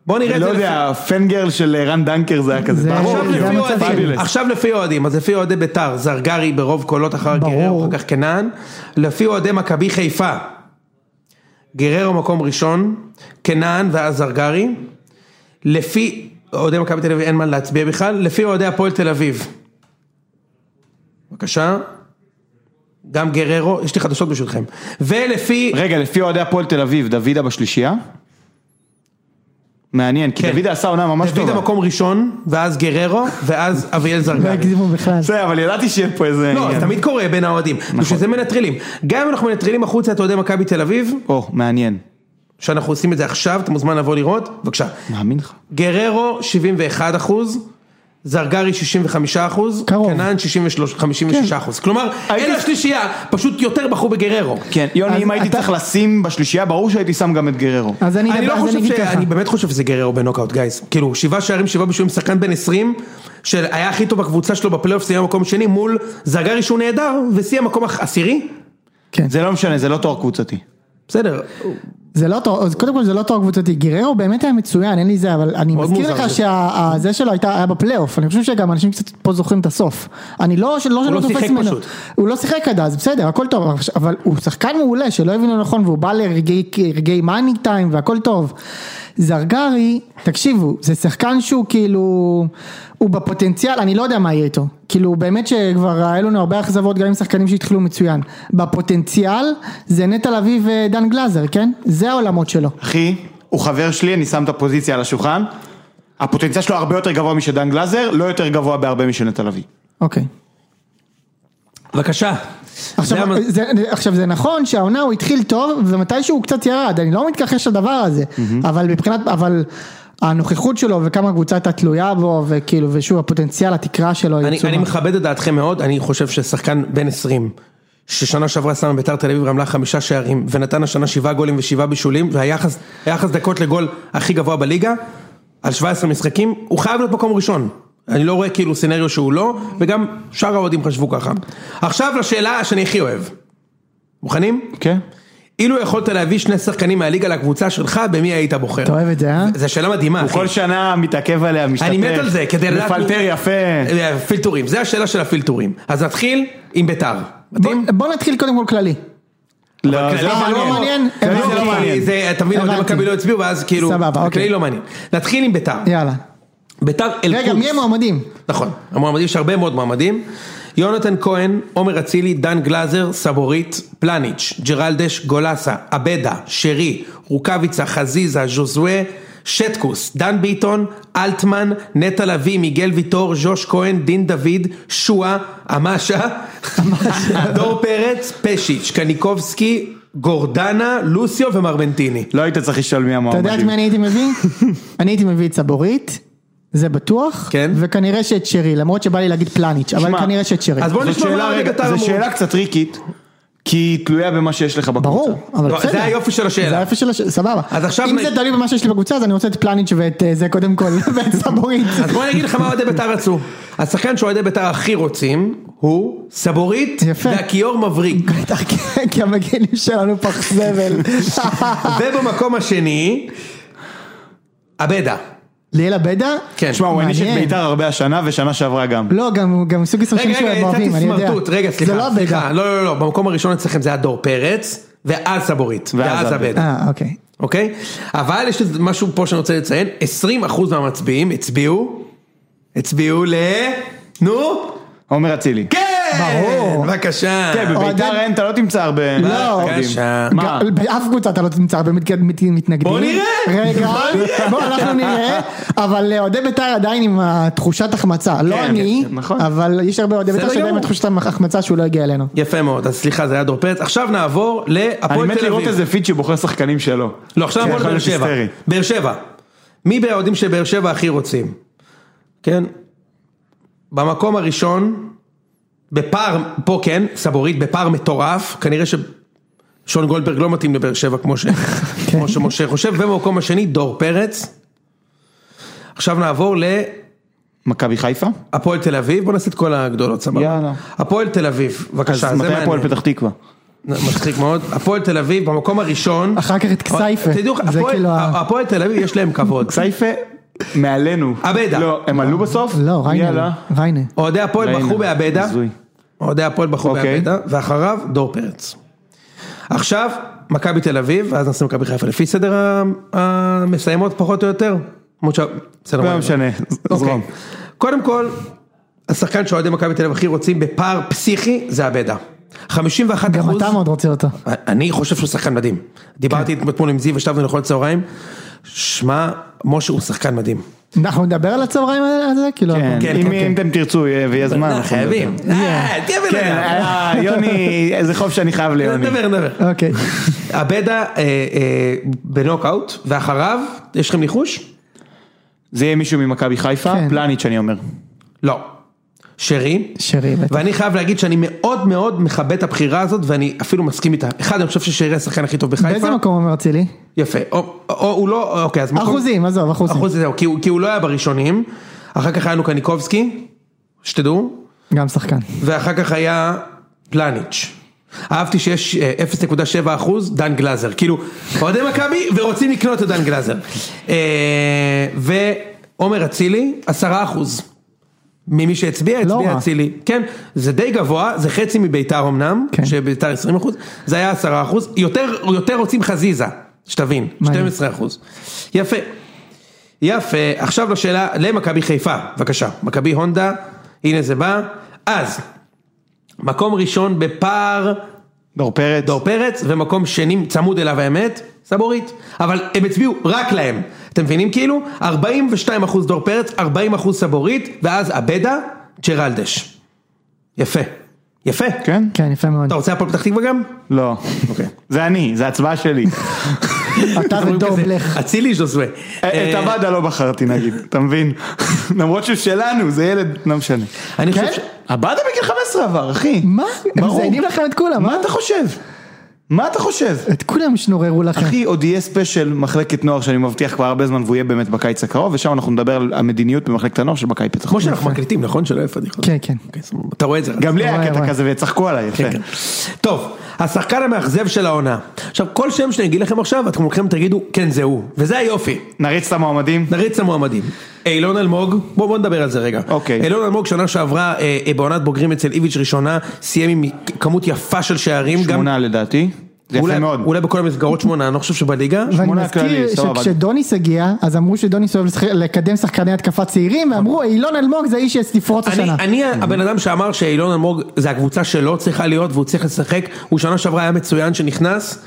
S3: בוא נראה את
S2: לא
S3: זה, לפי-
S2: יודע, הפנגרל של אה, רן דנקר זה היה כזה.
S1: זה-
S2: ברור,
S3: עכשיו
S1: זה
S2: כאילו,
S3: לפי
S1: המצב
S3: אוהדים,
S2: fabulous.
S3: עכשיו לפי אוהדים, אז לפי אוהדי ביתר, זרגרי ברוב קולות אחר
S1: ברור.
S3: גררו, אחר כך כנען, לפי אוהדי מכבי חיפה, גררו מקום ראשון, כנען ואז זרגרי, לפי אוהדי מכבי תל אביב אין מה להצביע בכלל, לפי אוהדי הפועל תל אביב, בבקשה, גם גררו, יש לי חדשות בשבילכם, ולפי,
S2: רגע, לפי אוהדי הפועל תל אביב, דוידה בשלישייה? מעניין, כי
S3: כן.
S2: דוידה עשה עונה ממש טובה.
S3: דוד מקום ראשון, ואז גררו, ואז
S1: (laughs)
S3: אביאל
S1: לא
S3: זרגרי.
S1: הגזימו בכלל.
S2: בסדר, אבל ידעתי שיהיה פה איזה...
S3: לא,
S2: עניין.
S3: זה תמיד קורה בין האוהדים.
S1: נכון.
S3: בשביל זה מנטרלים. גם אם אנחנו מנטרלים החוצה את אוהדי מכבי תל אביב,
S2: או, מעניין.
S3: שאנחנו עושים את זה עכשיו, אתה מוזמן לבוא לראות, בבקשה.
S2: מאמין לך.
S3: גררו 71 אחוז, זרגרי 65 אחוז,
S1: קרוב. כן.
S3: קנן 63, 56 אחוז, כלומר,
S2: הייתי-
S3: אלה השלישייה, פשוט יותר בחרו בגררו.
S2: כן, יוני,
S1: אז
S2: אם הייתי
S1: אתה-
S2: צריך לשים בשלישייה, ברור שהייתי שם גם את גררו.
S1: אז אני
S3: אני
S1: אגיד
S3: לא
S1: אז אני
S3: חושב ש...
S1: אגיד ככה.
S3: אני באמת חושב שזה גררו בנוקאוט, גייז. כאילו, שבעה שערים, שבעה בישולים, שחקן בן 20, שהיה הכי טוב בקבוצה שלו בפלייאוף, סיים מקום שני, מול זרגרי שהוא נהדר, וסיים מקום עש- עשירי?
S1: כן.
S2: זה לא משנה, זה לא תואר קבוצתי.
S3: בסדר.
S1: זה לא תואר, אז קודם כל זה לא תואר קבוצתי, גיררו באמת היה מצוין, אין לי זה, אבל אני
S3: מאוד
S1: מזכיר
S3: מוזר
S1: לך
S3: זה.
S1: שזה שלו הייתה, היה בפלייאוף, אני חושב שגם אנשים קצת פה זוכרים את הסוף. אני לא, שלא שלא
S3: לא
S1: תופס
S3: שיחק
S1: ממנו.
S3: פשוט.
S1: הוא לא שיחק עד אז, בסדר, הכל טוב, אבל- אבל הוא שחקן מעולה, שלא הבינו נכון, והוא בא לרגעי רגעי מאני טיים והכל טוב. זרגרי, תקשיבו, זה שחקן שהוא כאילו, הוא בפוטנציאל, אני לא יודע מה יהיה איתו. כאילו באמת שכבר היה לנו הרבה אכזבות גם עם שחקנים שהתחילו מצוין. בפוטנציאל זה נטע לביא ודן גלאזר, כן? זה העולמות שלו.
S2: אחי, הוא חבר שלי, אני שם את הפוזיציה על השולחן. הפוטנציאל שלו הרבה יותר גבוה משדן גלאזר, לא יותר גבוה בהרבה משנתן לביא.
S1: אוקיי.
S3: בבקשה. זה
S1: עכשיו
S3: המ-
S1: זה, עכשיו זה נכון שהעונה הוא התחיל טוב ומתישהו הוא קצת ירד, אני לא מתכחש לדבר הזה, אבל מבחינת, אבל הנוכחות שלו וכמה הקבוצה הייתה תלויה בו וכאילו ושוב הפוטנציאל התקרה שלו היא
S3: אני,
S1: עצומה.
S3: אני מכבד את דעתכם מאוד, אני חושב ששחקן בן 20, ששנה שעברה שם ביתר תל אביב רמלה חמישה שערים, ונתן השנה שבעה גולים ושבעה בישולים, והיחס היחס דקות לגול הכי גבוה בליגה, על 17 משחקים, הוא חייב להיות מקום ראשון. אני לא רואה כאילו סנריו שהוא לא, וגם שאר האוהדים חשבו ככה. עכשיו לשאלה שאני הכי אוהב. מוכנים?
S2: כן.
S3: אילו יכולת להביא שני שחקנים מהליגה לקבוצה שלך, במי היית בוחר?
S1: אתה אוהב את זה, אה?
S3: זו שאלה מדהימה,
S2: הוא
S3: אחי.
S2: כל שנה מתעכב עליה, משתתף.
S3: אני מת על זה, כדי לדעת...
S2: מפלטר יפה.
S3: אה, פילטורים, זה השאלה של הפילטורים. אז נתחיל עם ביתר.
S1: בוא,
S3: מתאים?
S1: בוא נתחיל קודם כל כללי.
S2: לא, זה
S3: כללי
S2: לא
S1: אבל לא
S2: מעניין.
S1: מעניין.
S2: כללי זה לא
S1: הבנתי.
S2: מעניין.
S3: זה, אתה מבין, אוהדי
S1: הבנתי.
S3: מכבי לא הצביעו, ואז כאילו...
S1: סבבה, אוקיי.
S3: הכללי לא מעניין. נתחיל עם ביתר.
S1: יאללה.
S3: ביתר אל
S1: רגע, מי המועמדים?
S3: נכון, המועמדים, יש הרבה מאוד מועמדים. יונתן כהן, עומר אצילי, דן גלאזר, סבורית, פלניץ', ג'רלדש, גולסה, עבדה, שרי, רוקאביצה, חזיזה, ז'וזואה, שטקוס, דן ביטון, אלטמן, נטע לביא, מיגל ויטור, ז'וש כהן, דין דוד, שואה, אמשה, (laughs) דור פרץ, פשיץ', קניקובסקי, גורדנה, לוסיו ומרמנטיני.
S2: לא היית צריך לשאול מי
S1: אתה יודע את
S2: המועמדים.
S1: מי אני הייתי
S3: (laughs)
S1: מביא? אני הייתי מביא את סבורית, זה בטוח,
S3: כן.
S1: וכנראה שאת שרי, למרות שבא לי להגיד פלניץ', אבל
S2: שמע,
S1: כנראה שאת שרי.
S3: אז בוא
S2: זו
S3: נשמע
S2: שאלה-
S3: מה אוהדי
S2: רגע,
S3: בית"ר אמרו.
S2: זו שאלה קצת טריקית, כי היא תלויה במה שיש לך בקבוצה.
S1: ברור, אבל
S3: לא,
S1: בסדר.
S3: זה היופי של השאלה.
S1: זה היופי של השאלה, סבבה.
S3: אז עכשיו
S1: אם
S3: נ-
S1: זה תלוי במה שיש לי בקבוצה, אז אני רוצה את פלניץ' ואת אה, זה קודם כל, (laughs) ואת סבורית.
S3: אז בוא אני אגיד לך מה אוהדי בית"ר רצו. השחקן שאוהדי בית"ר הכי רוצים הוא סבורית
S1: יפה.
S3: והכיור מבריק.
S1: בטח, כן, כי- כי המגנים שלנו פח זבל. (laughs)
S3: ובמקום השני, עבדה.
S1: ליאל עבדה?
S3: כן.
S2: תשמע, הוא העניש את
S1: מעניין.
S2: בית"ר הרבה השנה ושנה שעברה גם.
S1: לא, גם גם סוג
S3: רגע,
S1: הסרטים
S3: רגע,
S1: שהם
S3: יצאתי
S1: אוהבים, אני יודע.
S3: סמרטוט, רגע,
S1: זה לא
S3: סליחה,
S1: עבדה.
S3: סליחה, לא, לא, לא, במקום הראשון אצלכם זה היה דור פרץ, ואז סבורית,
S2: ואז
S3: ואז
S2: עבדה.
S3: עבדה,
S1: אה, אוקיי.
S3: אוקיי? אבל יש איזה משהו פה שאני רוצה לציין, 20% מהמצביעים הצביעו, הצביעו ל... נו?
S2: עומר אצילי.
S3: כן!
S1: ברור.
S3: בבקשה.
S2: כן, בבית"ר
S1: אוהדי-
S2: אין, אתה לא תמצא הרבה.
S1: לא.
S2: אוהדים.
S3: בבקשה.
S2: מה?
S1: גם- באף קבוצה אתה לא תמצא הרבה מתג- מת- מתנגדים.
S3: אה. בוא נראה.
S1: רגע, בוא אנחנו נראה. אבל אה, אוהדי בית"ר עדיין עם התחושת החמצה. לא
S2: כן,
S1: אני,
S2: כן, נכון.
S1: אבל יש הרבה אוהדי בית"ר
S3: בסדר
S1: שעדיין עם
S3: גמור.
S1: התחושת החמצה שהוא לא הגיע אלינו.
S3: יפה מאוד, אז סליחה זה היה דור פרץ, עכשיו נעבור
S2: אני
S3: להפועל
S2: מת
S3: תל
S2: לראות
S3: אביב.
S2: איזה פיד שבוחר שחקנים שלו.
S3: לא, עכשיו
S2: זה
S3: נעבור
S2: יכול
S3: לבאר
S2: להיות
S3: שבע.
S2: היסטרי.
S3: באר שבע. מי באוהדים של באר שבע הכי רוצים? כן. במקום הראשון, בפער, פה כן, סבורית, בפער מטורף, כנראה ששון גולדברג לא מתאים לבאר שבע
S2: (laughs)
S3: כמו, ש...
S2: כן.
S3: כמו שמשה חושב, ובמקום השני דור פרץ. עכשיו נעבור להפועל
S2: מכבי חיפה?
S3: תל אביב, בוא נעשה את כל הגדולות, סבבה.
S2: יאללה.
S3: הפועל תל אביב,
S2: אז
S3: בבקשה, זה
S2: מתי
S3: מעניין.
S2: הפועל פתח תקווה?
S3: מצחיק מאוד, הפועל תל אביב במקום הראשון,
S1: אחר כך את כסייפה.
S3: אה, תדעו,
S1: זה
S3: הפועל-
S1: כאילו ה-
S3: הפועל תל אביב יש להם כבוד,
S2: כסייפה מעלינו.
S3: עבדה.
S2: לא, הם עלו בסוף?
S1: לא, ריינה,
S2: יאללה.
S1: ריינה.
S3: אוהדי הפועל
S2: ריינה.
S3: בחרו בעבדה,
S2: הזוי.
S3: אוהדי הפועל בחרו
S2: אוקיי.
S3: בעבדה, ואחריו דור פרץ. עכשיו מכבי תל אביב, ואז נעשה מכבי חיפה לפי סדר ה- המסיימות פחות או יותר, למרות ש- בסדר,
S2: לא
S3: מה-
S2: משנה,
S3: אוקיי.
S2: זרום.
S3: קודם כל, השחקן שאוהדי מכבי תל אביב הכי רוצים בפער פסיכי זה עבדה. 51
S1: גם
S3: אחוז.
S1: אתה מאוד רוצה אותו.
S3: אני חושב שהוא שחקן מדהים. דיברתי
S1: כן.
S3: אתמול עם זיו, ישבנו לאכול צהריים. שמע, משה הוא שחקן מדהים.
S1: אנחנו נדבר על הצהריים הזה? כאילו...
S2: כן,
S3: כן,
S2: אם-
S3: כן,
S2: אם אתם תרצו יהיה- ויהיה זמן.
S3: אה,
S2: אנחנו
S3: חייבים.
S2: נדבר.
S3: אה, תהיה בן
S2: כן,
S3: אדם.
S2: אה, יוני, איזה חוב שאני חייב ליוני.
S3: נדבר, נדבר.
S1: אוקיי.
S3: עבדה אה, אה, בנוקאוט, ואחריו, יש לכם ניחוש?
S2: זה יהיה מישהו ממכבי חיפה,
S1: כן.
S2: פלניץ' אני אומר.
S3: לא. שרי.
S1: שרי, בטח.
S3: ואני חייב להגיד שאני מאוד מאוד מכבד את הבחירה הזאת, ואני אפילו מסכים איתה. אחד, אני חושב ששרי השחקן הכי טוב בחיפה.
S1: באיזה מקום אומר אצילי?
S3: יפה. או, או הוא לא, אוקיי, אז... מקום-
S1: אחוזים, עזוב, אחוזים.
S3: אחוזים, זהו, כי הוא- כי הוא לא היה בראשונים. אחר כך היה לנו קניקובסקי, שתדעו.
S1: גם שחקן.
S3: ואחר כך היה פלניץ'. אהבתי שיש אה, 0.7 אחוז דן גלאזר, כאילו אוהדי מכבי ורוצים לקנות את דן גלאזר. אה, ועומר אצילי, 10 אחוז. ממי שהצביע, הצביע
S1: לא רע.
S3: אצילי. כן, זה די גבוה, זה חצי מביתר אמנם,
S1: כן.
S3: שביתר 20 אחוז, זה היה 10 אחוז, יותר, יותר רוצים חזיזה, שתבין,
S1: מעניין.
S3: 12 אחוז. יפה. יפה, עכשיו לשאלה למכבי חיפה, בבקשה, מכבי הונדה, הנה זה בא, אז, מקום ראשון בפער
S2: דור פרץ.
S3: דור פרץ, ומקום שני צמוד אליו האמת, סבורית, אבל הם הצביעו רק להם, אתם מבינים כאילו? 42% דור פרץ, 40% סבורית, ואז עבדה, ג'רלדש. יפה, יפה.
S2: כן?
S1: כן, יפה מאוד.
S3: אתה רוצה הפועל פתח תקווה גם?
S2: לא.
S3: אוקיי.
S2: זה אני, זה הצבעה שלי.
S1: אתה ודור בלך.
S3: אצילי ז'וזווה.
S1: אה,
S3: אה,
S2: את עבדה לא בחרתי נגיד, אתה מבין? (laughs) למרות שהוא שלנו, זה ילד, לא משנה.
S3: אני חושב
S1: כן?
S3: ש...
S2: עבדה בגיל 15 עבר, אחי.
S1: מה? הם
S2: ברור.
S1: מזיינים לכם את כולם,
S2: מה
S1: מה?
S2: אתה חושב? מה אתה חושב?
S1: את כולם שנוררו לכם.
S2: אחי, עוד יהיה ספיישל מחלקת נוער שאני מבטיח כבר הרבה זמן והוא יהיה באמת בקיץ הקרוב, ושם אנחנו נדבר על המדיניות במחלקת הנוער של מכבי פתח
S3: כמו
S2: תקווה.
S3: שאנחנו מקליטים, נכון? שלא יהיה פדיחות.
S1: כן, כן.
S3: אוקיי, סבבה. אתה רואה את זה. רז.
S2: גם לי
S1: וואי,
S2: היה
S1: וואי.
S2: קטע כזה ויצחקו עליי, יפה.
S3: כן. טוב, השחקן המאכזב של העונה. עכשיו, כל שם שאני אגיד לכם עכשיו, אתם כולכם תגידו, כן זה הוא. וזה היופי.
S2: נריץ את המועמדים?
S3: נריץ למועמדים. אילון אלמוג, בואו בוא נדבר על זה רגע.
S2: אוקיי.
S3: אילון אלמוג שנה שעברה אה, אה, בעונת בוגרים אצל איביץ' ראשונה, סיים עם כמות יפה של שערים. גם-
S2: שמונה לדעתי. זה יפה
S3: אולי-
S2: מאוד.
S3: אולי בכל המסגרות שמונה, אני לא חושב שבליגה.
S1: ואני
S2: שמונה
S1: מזכיר
S2: כללי, סבבה.
S1: שכשדוניס הגיע, אז אמרו שדוניס אוהב לשחק- לקדם שחקני התקפה צעירים, ואמרו אילון אלמוג זה האיש שתפרוץ
S3: אני,
S1: השנה.
S3: אני הבן אדם שאמר שאילון אלמוג זה הקבוצה שלו צריכה להיות והוא צריך לשחק, הוא שנה שעברה היה מצוין שנכנס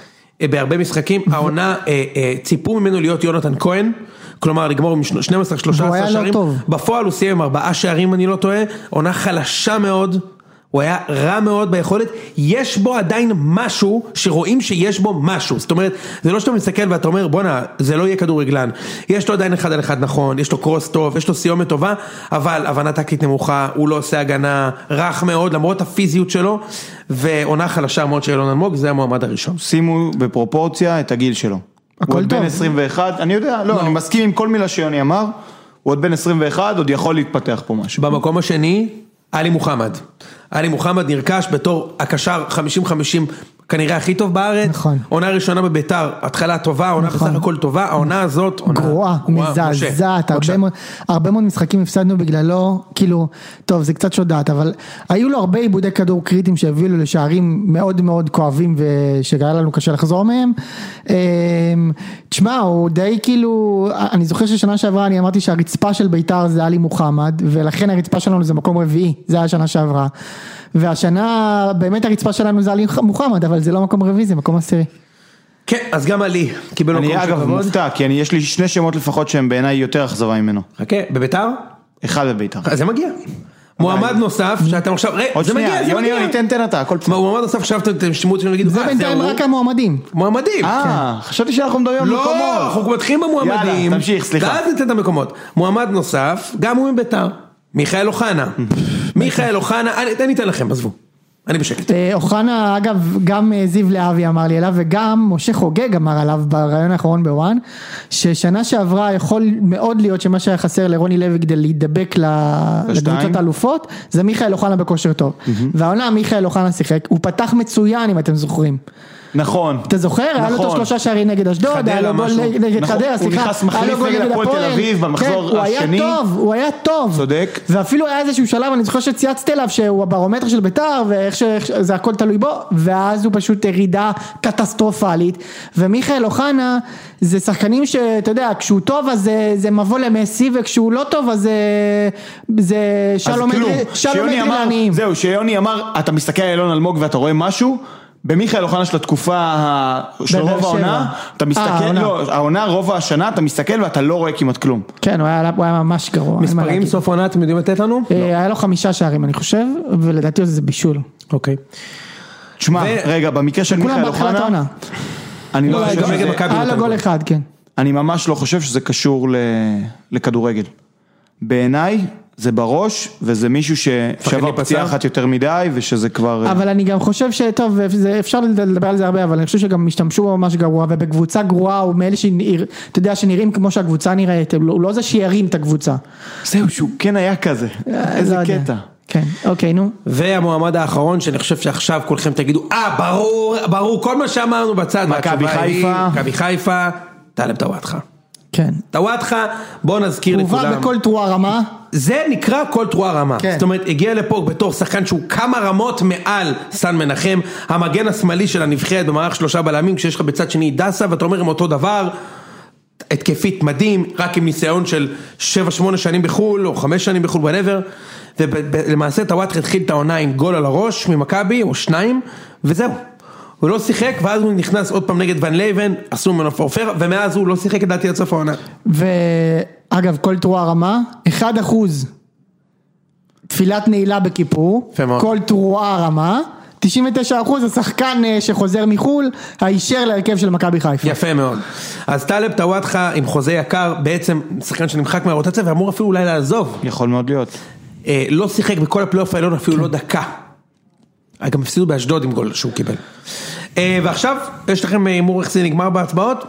S3: אה, בהרבה משחקים, העונה אה, אה, ציפו ממנו להיות יונתן כהן, כלומר לגמור עם 12-13
S1: והוא היה לא
S3: שערים,
S1: טוב.
S3: בפועל הוא סיים עם ארבעה שערים אם אני לא טועה, עונה חלשה מאוד. הוא היה רע מאוד ביכולת, יש בו עדיין משהו שרואים שיש בו משהו, זאת אומרת, זה לא שאתה מסתכל ואתה אומר בואנה, זה לא יהיה כדורגלן, יש לו עדיין אחד על אחד נכון, יש לו קרוס טוב, יש לו סיומת טובה, אבל הבנה טקטית נמוכה, הוא לא עושה הגנה, רך מאוד למרות הפיזיות שלו, ועונה חלשה מאוד של אילון אלמוג, זה המועמד הראשון.
S2: שימו בפרופורציה את הגיל שלו.
S1: הכל
S2: הוא עוד
S1: טוב.
S2: בן 21, אני יודע, לא, אני מסכים עם כל מילה שיוני אמר, הוא עוד בן 21, עוד יכול להתפתח פה משהו.
S3: במקום השני, עלי מוחמד. עלי מוחמד נרכש בתור הקשר 50-50 כנראה הכי טוב בארץ.
S1: נכון.
S3: עונה ראשונה בביתר, התחלה טובה, עונה
S1: נכון.
S3: בסך הכל טובה, העונה הזאת... עונה
S1: גרועה,
S3: משה.
S1: מזעזעת,
S3: בבקשה.
S1: הרבה מאוד- הרבה מאוד משחקים הפסדנו בגללו, כאילו, טוב זה קצת שודעת, אבל היו לו הרבה עיבודי כדור קריטיים שהביאו לו לשערים מאוד מאוד כואבים ושהיה לנו קשה לחזור מהם. אמ, תשמע, הוא די כאילו, אני זוכר ששנה שעברה אני אמרתי שהרצפה של בית"ר זה עלי מוחמד, ולכן הרצפה שלנו זה מקום רביעי, זה היה שנה שעברה. והשנה באמת הרצפה שלנו זה עלי מוחמד, אבל זה לא מקום רביעי, זה מקום עשירי.
S3: כן, אז גם עלי קיבל מקום
S2: אני
S3: של
S2: אגב
S3: כבוד.
S2: מופתע, כי אני- יש לי שני שמות לפחות שהם בעיניי יותר אכזבה ממנו.
S3: חכה, בביתר?
S2: אחד בביתר.
S3: אז זה מגיע. מועמד נוסף, שאתם עכשיו... רגע,
S2: עוד
S3: אה, זה מגיע,
S2: שנייה,
S3: זה
S2: יוני,
S3: מגיע.
S2: יוני, תן, תן אתה, הכל בסדר.
S3: מועמד נוסף, עכשיו אתם- אתם שמעו את זה ונגידו,
S1: זה
S3: אה,
S1: בינתיים
S3: הוא.
S1: רק המועמדים.
S3: מועמדים.
S1: כן.
S2: אה, חשבתי שאנחנו מדברים על מקומות.
S3: לא, אנחנו מתחילים במועמדים.
S2: יאללה, תמשיך, סליחה.
S3: ואז ניתן את המקומות. מועמד נוסף, גם הוא מביתר. מיכאל
S2: (laughs)
S3: אוחנה. מיכאל אוחנה, אני אני אתן לכם, עזבו. אני בשקט.
S1: אה, אוחנה אגב גם אה, זיו להבי אמר לי עליו וגם משה חוגג אמר עליו בריאיון האחרון בוואן ששנה שעברה יכול מאוד להיות שמה שהיה חסר לרוני לוי כדי להידבק ל-
S2: לשתיים.
S1: לקבוצת אלופות זה מיכאל אוחנה בכושר טוב והעונה מיכאל אוחנה שיחק הוא פתח מצוין אם אתם זוכרים
S2: נכון.
S1: אתה זוכר? היה לו את
S2: נכון.
S1: השלושה שערים נגד אשדוד,
S3: חדרה,
S1: היה לו גול
S3: משהו.
S1: נגד- נגד
S2: נכון,
S1: חדרה,
S2: הוא
S1: סליחה.
S2: נכנס מחליף
S1: היה לו גול
S2: נגד הפועל תל אביב במחזור
S1: כן,
S2: השני.
S1: הוא היה טוב, הוא היה טוב.
S2: צודק.
S1: ואפילו היה איזשהו שלב, אני זוכר שצייצתי אליו שהוא הברומטר של ביתר, ואיך שזה הכל תלוי בו, ואז הוא פשוט ירידה קטסטרופלית. ומיכאל אוחנה, זה שחקנים שאתה יודע, כשהוא טוב אז זה- זה מבוא למסי, וכשהוא לא טוב אז זה- זה
S2: אז
S1: שלום
S2: כלום.
S1: אדרי שלום
S2: שיוני
S1: אדרי
S2: אמר-
S1: לעניים.
S2: זהו, שיוני אמר, אתה מסתכל על אילון אלמוג ואתה רואה משהו, במיכאל אוחנה של התקופה ה- של
S1: בבאר
S2: רוב
S1: שבע.
S2: העונה, אתה
S1: אה,
S2: מסתכל,
S1: העונה.
S2: לא, העונה, רוב השנה, אתה מסתכל ואתה לא רואה כמעט כלום.
S1: כן, הוא היה הוא היה ממש גרוע. אין מה
S3: מספרים
S1: להגיד.
S3: סוף עונה אתם יודעים לתת לנו?
S2: לא.
S1: אה, היה לו חמישה שערים אני חושב, ולדעתי זה בישול.
S3: אוקיי.
S2: תשמע,
S3: ו-
S2: רגע, במקרה של
S1: כולם
S2: מיכאל
S1: בהתחלת
S2: אוחנה,
S1: העונה.
S2: אני לא
S3: אולי
S2: חושב
S3: גם נגד
S2: שזה-
S3: מכבי.
S1: היה לו
S3: נתן
S1: גול
S3: גול.
S1: אחד, כן.
S2: אני ממש לא חושב שזה קשור ל- לכדורגל. בעיניי, זה בראש, וזה מישהו ששבר
S3: להיפצע?
S2: פציעה אחת יותר מדי, ושזה כבר... אה,
S1: אבל אני גם חושב שטוב, זה- אפשר לדבר על זה הרבה, אבל אני חושב שגם השתמשו בו ממש גרוע, ובקבוצה גרועה הוא מאלה שנראים, אתה יודע, שנראים כמו שהקבוצה נראית, הוא לא- הוא לא זה שירים את הקבוצה.
S2: זהו, שהוא כן היה כזה. איזה
S1: לא יודע.
S2: קטע.
S1: כן, אוקיי, נו.
S3: והמועמד האחרון שאני חושב שעכשיו כולכם תגידו אה ברור ברור כל מה שאמרנו בצד.
S2: מכבי
S3: והתשובה היא,
S2: חיפה.
S3: מכבי חיפה. טלב טוואטחה.
S1: כן.
S3: טוואטחה בוא נזכיר לכולם.
S1: הובא בכל תרועה רמה,
S3: זה נקרא כל תרועה רמה.
S1: כן.
S3: זאת אומרת, הגיע לפה בתור שחקן שהוא כמה רמות מעל סן מנחם, המגן השמאלי של הנבחרת במערך שלושה בלמים, כשיש לך בצד שני את דסה, ואתה אומר הם אותו דבר, התקפית מדהים, רק עם ניסיון של 7-8 שנים בחו"ל, או 5 שנים בחו"ל, וואטאבר, ולמעשה טוואטחה התחיל את העונה עם גול על הראש ממכבי, או שניים, וזהו. הוא לא שיחק, ואז הוא נכנס עוד פעם נגד ון לייבן, עשו ממנו פורפר, ומאז הוא לא שיחק לדעתי עד סוף העונה.
S1: ואגב, כל תרועה רמה, 1 אחוז תפילת נעילה בכיפור,
S3: יפה מאוד.
S1: כל תרועה רמה, 99 אחוז השחקן אה, שחוזר מחו"ל, הישר להרכב של מכבי חיפה.
S3: יפה מאוד. אז טלב טוואטחה עם חוזה יקר, בעצם שחקן שנמחק מהרוטציה ואמור אפילו אולי לעזוב.
S2: יכול מאוד להיות.
S3: אה, לא שיחק בכל הפלייאוף העליון אפילו לא דקה. אה, גם הפסידו באשדוד עם גול שהוא קיבל. אה, ועכשיו, יש לכם אה, הימור איך זה נגמר בהצבעות?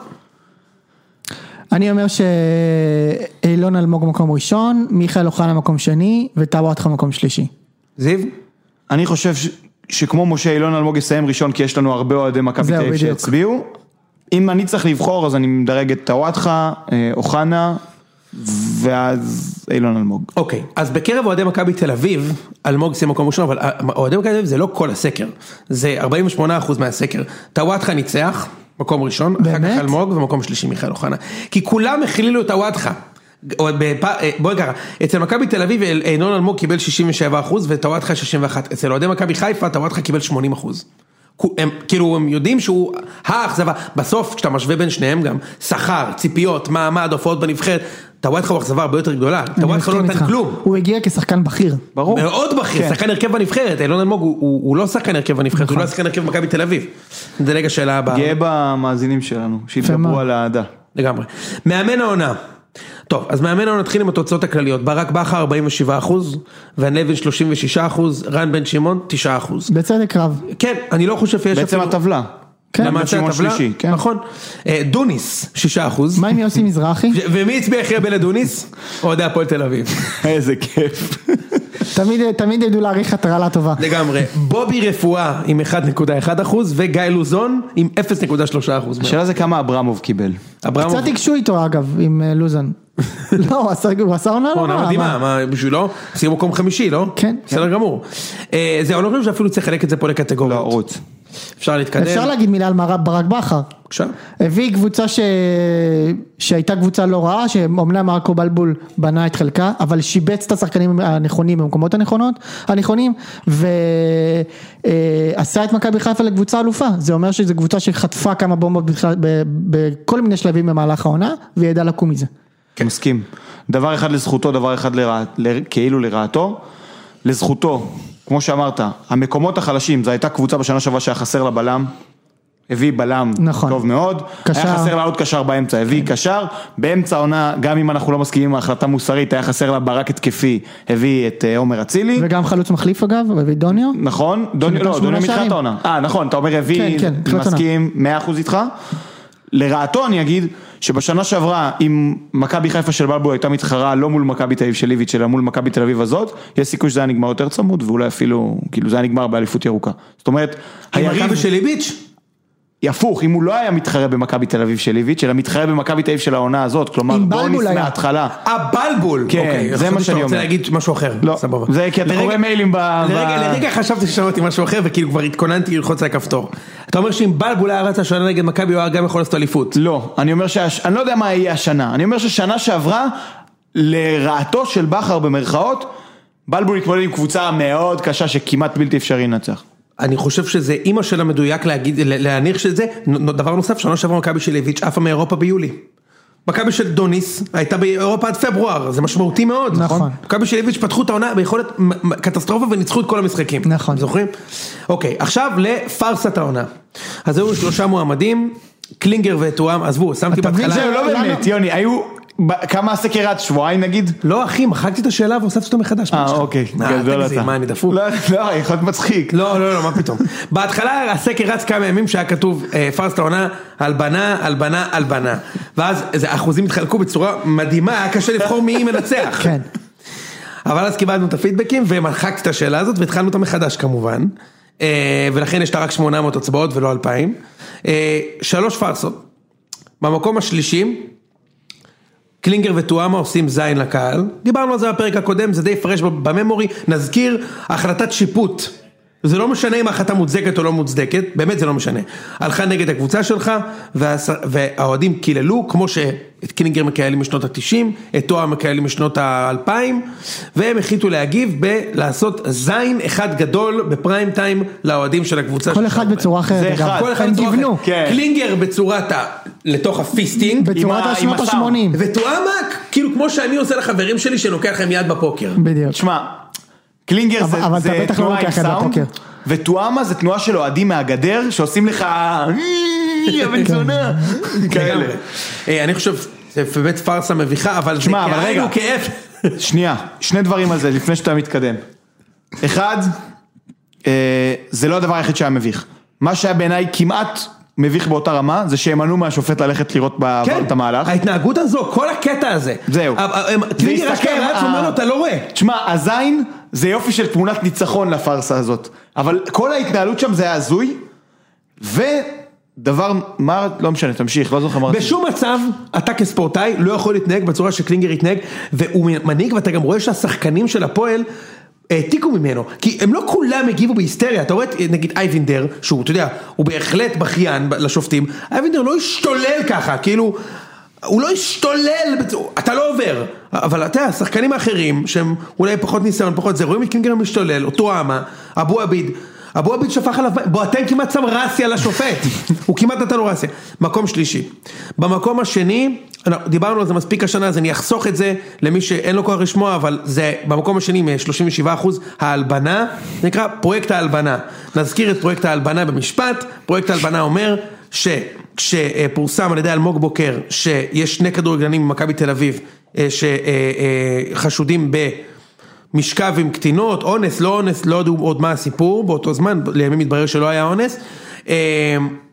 S1: אני אומר שאילון אלמוג מקום ראשון, מיכאל אוחנה מקום שני, וטאבו עטחה מקום שלישי.
S3: זיו?
S2: אני חושב ש... שכמו משה אילון אלמוג יסיים ראשון, כי יש לנו הרבה אוהדי מכבי תל
S1: זהו,
S2: אביב
S1: בדיוק.
S2: שיצביעו. אם אני צריך לבחור, אז אני מדרג את טוואטחה, אה, אוחנה, ואז אילון אלמוג.
S3: אוקיי, אז בקרב אוהדי מכבי תל אביב, אלמוג סיים מקום ראשון, אבל אה, אוהדי מכבי תל אביב זה לא כל הסקר, זה 48% מהסקר. טוואטחה ניצח, מקום ראשון, אחר כך
S1: באמת?
S3: אלמוג ומקום שלישי מיכאל אוחנה. כי כולם הכלילו את טוואטחה. או בפ- אה, בואי ככה, אצל מכבי תל אביב אל- ינון אלמוג קיבל 67% וטוואטחה 61, אצל אוהדי מכבי חיפה טוואטחה קיבל 80%. כו- הם, כאילו הם יודעים שהוא האכזבה, בסוף כשאתה משווה בין שניהם גם, שכר, ציפיות, מעמד, הופעות בנבחרת, טוואטחה הוא אכזבה הרבה יותר גדולה,
S1: אני
S3: טוואטחה לא
S1: מסכים
S3: נתן
S1: איתך.
S3: כלום.
S1: הוא הגיע כשחקן בכיר.
S2: ברור.
S3: מאוד בכיר,
S2: כן.
S3: שחקן הרכב בנבחרת, אילון אלמוג הוא- הוא הוא לא שחקן הרכב בנבחרת, הוא לא שחקן הרכב במכבי תל אביב. נדלג השאלה הבאה.
S2: גאה במאזינים שלנו,
S1: מאוד.
S2: שהתגברו על האהדה.
S3: לגמרי. מאמן העונה. טוב, אז מאמן העונה נתחיל עם התוצאות הכלליות. ברק בכר 47%, ון לבן 36%, רן בן שמעון 9%.
S1: בצדק רב.
S3: כן, אני לא חושב שיש
S2: בעצם הטבלה. (laughs)
S1: כן.
S3: למעשה
S2: שמעון
S3: הטבלה,
S2: שלישי, כן.
S3: נכון. אה, דוניס 6%.
S1: מה עם יוסי
S3: (laughs)
S1: מזרחי?
S3: ומי הצביע אחרי בלה דוניס? אוהדי הפועל תל אביב.
S2: איזה כיף.
S1: תמיד- תמיד ידעו להעריך הטרלה טובה.
S3: לגמרי. בובי רפואה עם 1.1% אחוז, וגיא לוזון עם 0.3%. אחוז.
S2: השאלה זה כמה אברמוב קיבל.
S3: אברמוב,
S1: קצת ייגשו איתו אגב, עם אה, לוזון. לא, הוא עשה- הוא עשה עונה
S3: עונה
S1: לא רעה.
S3: מדהימה, מה, בשבילו? סיים מקום חמישי, לא?
S1: כן.
S3: בסדר גמור. אה, זהו, אני לא חושב שאפילו צריך לחלק את זה פה
S2: לא,
S3: לקטגוריות.
S2: רוץ.
S3: אפשר להתקדם.
S1: אפשר להגיד מילה על מר- ברק בכר.
S3: בבקשה.
S1: הביא קבוצה ש... שהייתה קבוצה לא רעה, שאומנם מרקו בלבול בנה את חלקה, אבל שיבץ את השחקנים הנכונים במקומות הנכונות, הנכונים, ועשה את מכבי חיפה לקבוצה אלופה. זה אומר שזו קבוצה שחטפה כמה בומבות בכלל- ב- בכל מיני שלבים במהלך העונה, והיא ידעה לקום מזה.
S2: מסכים. דבר אחד לזכותו, דבר אחד לרע- ל- כאילו לרעתו. לזכותו, כמו שאמרת, המקומות החלשים, זו הייתה קבוצה בשנה שעברה שהיה חסר לה בלם. הביא בלם
S1: נכון.
S2: טוב מאוד,
S1: קשר. כן.
S2: היה חסר לה עוד קשר באמצע, הביא קשר, באמצע העונה, גם אם אנחנו לא מסכימים עם ההחלטה מוסרית, היה חסר לה ברק התקפי, הביא את אה, עומר אצילי,
S1: וגם חלוץ מחליף אגב, הוא הביא דוניו.
S2: נכון? דוני,
S1: שנתן
S2: לא,
S1: שמונה
S2: דוני מתחילת
S1: שערים.
S2: העונה. אה, נכון, אתה אומר הביא,
S1: כן, כן, מתחילת העונה.
S2: מסכים, 100% איתך. לרעתו אני אגיד, שבשנה שעברה, אם מכבי חיפה של בלבו הייתה מתחרה לא מול מכבי תל אביב של איביץ', אלא מול מכבי תל אביב הזאת, יש סיכוי שזה היה נגמר יותר צמוד, ואולי אפילו, כאילו זה היה נגמר באליפות ירוקה. זאת אומרת, היריב,
S3: היריב של ליביץ'?
S2: הפוך, אם הוא לא היה מתחרה במכבי תל אביב של איביץ', אלא מתחרה במכבי תל אביב של העונה הזאת, כלומר,
S1: עם
S2: דוניס
S1: בלבול היה.
S2: מההתחלה.
S3: הבלבול.
S2: כן,
S3: אוקיי,
S2: זה
S3: חשבתי
S2: מה
S3: שאתה
S2: שאני
S3: רוצה
S2: אומר.
S3: להגיד משהו אחר.
S2: לא,
S3: סבבה.
S2: זה כי אתה
S3: לרגע-
S2: קורא מיילים ב-
S3: לרגע
S2: ב-
S3: לרגע חשבתי ששמעתי משהו אחר, וכאילו כבר התכוננתי ללחוץ על הכפתור. אתה אומר שאם בלבול היה רץ השנה נגד מכבי, הוא היה גם יכול לעשות אליפות.
S2: לא, אני אומר שהש... אני לא יודע מה יהיה השנה, אני אומר ששנה שעברה, לרעתו של בכר במרכאות, בלבול התמודד עם קבוצה מאוד קשה שכמעט בלתי אפשרי לנצח.
S3: אני חושב שזה אימא שלה מדויק להגיד, ל- להניח שזה, נ- נ- דבר נוסף, שנה שעברה מכבי של איביץ' עפה מאירופה ביולי. מכבי של דוניס הייתה באירופה עד פברואר, זה משמעותי מאוד,
S1: נכון.
S3: מכבי של איביץ' פתחו את העונה ביכולת מ- מ- קטסטרופה וניצחו את כל המשחקים.
S1: נכון.
S3: זוכרים? אוקיי, עכשיו לפארסת העונה. אז היו שלושה מועמדים, קלינגר וטועם, עזבו, שמתי
S1: אתה מבין
S3: בהתחלה.
S1: שלא-
S2: זהו, לא
S1: למה-
S2: באמת, יוני, היו ב- כמה הסקר רץ? שבועיים נגיד?
S3: לא אחי, מחקתי את השאלה והוספתי אותה מחדש.
S2: אה, אוקיי, גדול אתה.
S3: מה, אני דפוק?
S2: לא, לא, יכול להיות מצחיק.
S3: לא, לא, לא, מה פתאום. (laughs) בהתחלה הסקר רץ כמה ימים שהיה כתוב אה, פארסט העונה, הלבנה, הלבנה, הלבנה. ואז איזה אחוזים התחלקו בצורה מדהימה, היה קשה לבחור מי (laughs) מנצח.
S1: כן.
S3: אבל אז קיבלנו את הפידבקים ומחקתי את השאלה הזאת והתחלנו אותה מחדש כמובן. אה, ולכן יש לה רק 800 הצבעות ולא 2,000. אה, שלוש פארסות. במקום השלישי, קלינגר וטואמה עושים זין לקהל. דיברנו על זה בפרק הקודם, זה די הפרש בממורי. נזכיר, החלטת שיפוט. זה לא משנה אם ההחלטה מוצדקת או לא מוצדקת, באמת זה לא משנה. הלכה נגד הקבוצה שלך, והס- והאוהדים קיללו, כמו שאת קלינגר מקיילים משנות התשעים, את טועה מקיילים משנות האלפיים, והם החליטו להגיב בלעשות זין אחד גדול בפריים טיים לאוהדים של הקבוצה
S1: כל
S3: שלך.
S1: אחד בצורה
S2: זה
S1: אחרת. אגב.
S2: אחד.
S3: כל אחד
S1: הם
S3: בצורה
S1: גיוונו.
S3: אחרת.
S2: כן.
S3: אוקיי. קלינגר בצורת ה... לתוך הפיסטינג.
S1: בצורת
S2: עם ה-
S1: השנות
S2: עם הסאונד.
S1: ה-80.
S3: ותואמה, כאילו כמו שאני עושה לחברים שלי שנוקח להם יד בפוקר.
S1: בדיוק.
S2: תשמע, קלינגר
S1: אבל-
S2: זה
S1: אבל
S2: זה
S1: אתה בטח לא
S2: תנועה עם
S1: לוקח יד
S2: סאונד,
S1: בפוקר.
S2: וטואמה זה תנועה של אוהדים מהגדר שעושים לך
S1: כן.
S2: "אי, הבן זונה, כאלה.
S3: לגמרי. אה, אני חושב, זה באמת פארסה מביכה, אבל זה
S2: שמע, אבל
S3: כאין
S2: רגע.
S3: וכאב.
S2: שנייה, שני דברים על זה לפני שאתה מתקדם. אחד, אה, זה לא הדבר היחיד שהיה מביך. מה שהיה בעיניי כמעט מביך באותה רמה, זה שהם מנעו מהשופט ללכת לראות בעבר
S3: כן,
S2: את המהלך.
S3: ההתנהגות הזו, כל הקטע הזה.
S2: זהו.
S3: אבל, אה, קלינגר
S2: והסתכל,
S3: אשכרה רץ
S2: אה,
S3: ואומר לו, אתה לא רואה.
S2: תשמע, הזין זה יופי של תמונת ניצחון לפארסה הזאת. אבל כל ההתנהלות שם זה היה הזוי, ודבר, מה, לא משנה, תמשיך, לא זוכר מה רציתי.
S3: בשום מצב אתה כספורטאי לא יכול להתנהג בצורה שקלינגר התנהג והוא מנהיג ואתה גם רואה שהשחקנים של הפועל העתיקו ממנו כי הם לא כולם הגיבו בהיסטריה אתה רואה את, נגיד אייבינדר שהוא אתה יודע הוא בהחלט בכיין ב- לשופטים אייבינדר לא השתולל ככה כאילו הוא לא השתולל, בצורה- אתה לא עובר, אבל אתה יודע, השחקנים האחרים שהם אולי פחות ניסיון, פחות זה, רואים את קלינגר משתולל, אותו אמה, אבו עביד, אבו עביד שפך עליו, בועטן כמעט שם ראסי על השופט, הוא כמעט נתן לו ראסי. מקום שלישי. במקום השני, אנחנו- דיברנו על זה מספיק השנה, אז אני אחסוך את זה למי שאין לו כוח לשמוע, אבל זה במקום השני מ-37% ההלבנה, זה נקרא פרויקט ההלבנה. נזכיר את פרויקט ההלבנה במשפט, פרויקט ההלבנה אומר שכשפורסם על ידי אלמוג בוקר שיש שני כדורגלנים ממכבי תל אביב אה, שחשודים ב... משכב אה, עם קטינות, אונס, לא אונס, לא ידעו עוד מה הסיפור באותו זמן, לימים התברר שלא היה אונס. אה,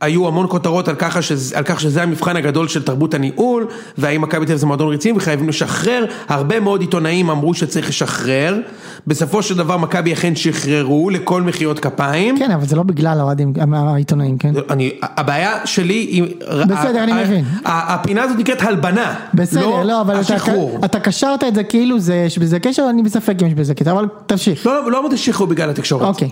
S3: היו המון כותרות על, ככה שזה, על כך שזה המבחן הגדול של תרבות הניהול, והאם מכבי תל אביב זה מועדון רציני וחייבים לשחרר, הרבה מאוד עיתונאים אמרו שצריך לשחרר, בסופו של דבר מכבי אכן שחררו לכל מחיאות כפיים.
S1: כן, אבל זה לא בגלל האוהדים, העיתונאים,
S2: לא,
S1: כן?
S3: אני, הבעיה שלי היא...
S1: בסדר, אני
S3: ה-
S1: מבין.
S3: ה- הפינה הזאת נקראת הלבנה,
S1: בסדר, לא, אבל אתה-
S3: השחרור.
S1: אתה קשרת את זה כאילו זה, יש בזה קשר, אני בספק אם יש בזה קשר, אבל תמשיך.
S3: לא, לא, לא אמרתי שחרור בגלל התקשורת.
S1: אוקיי,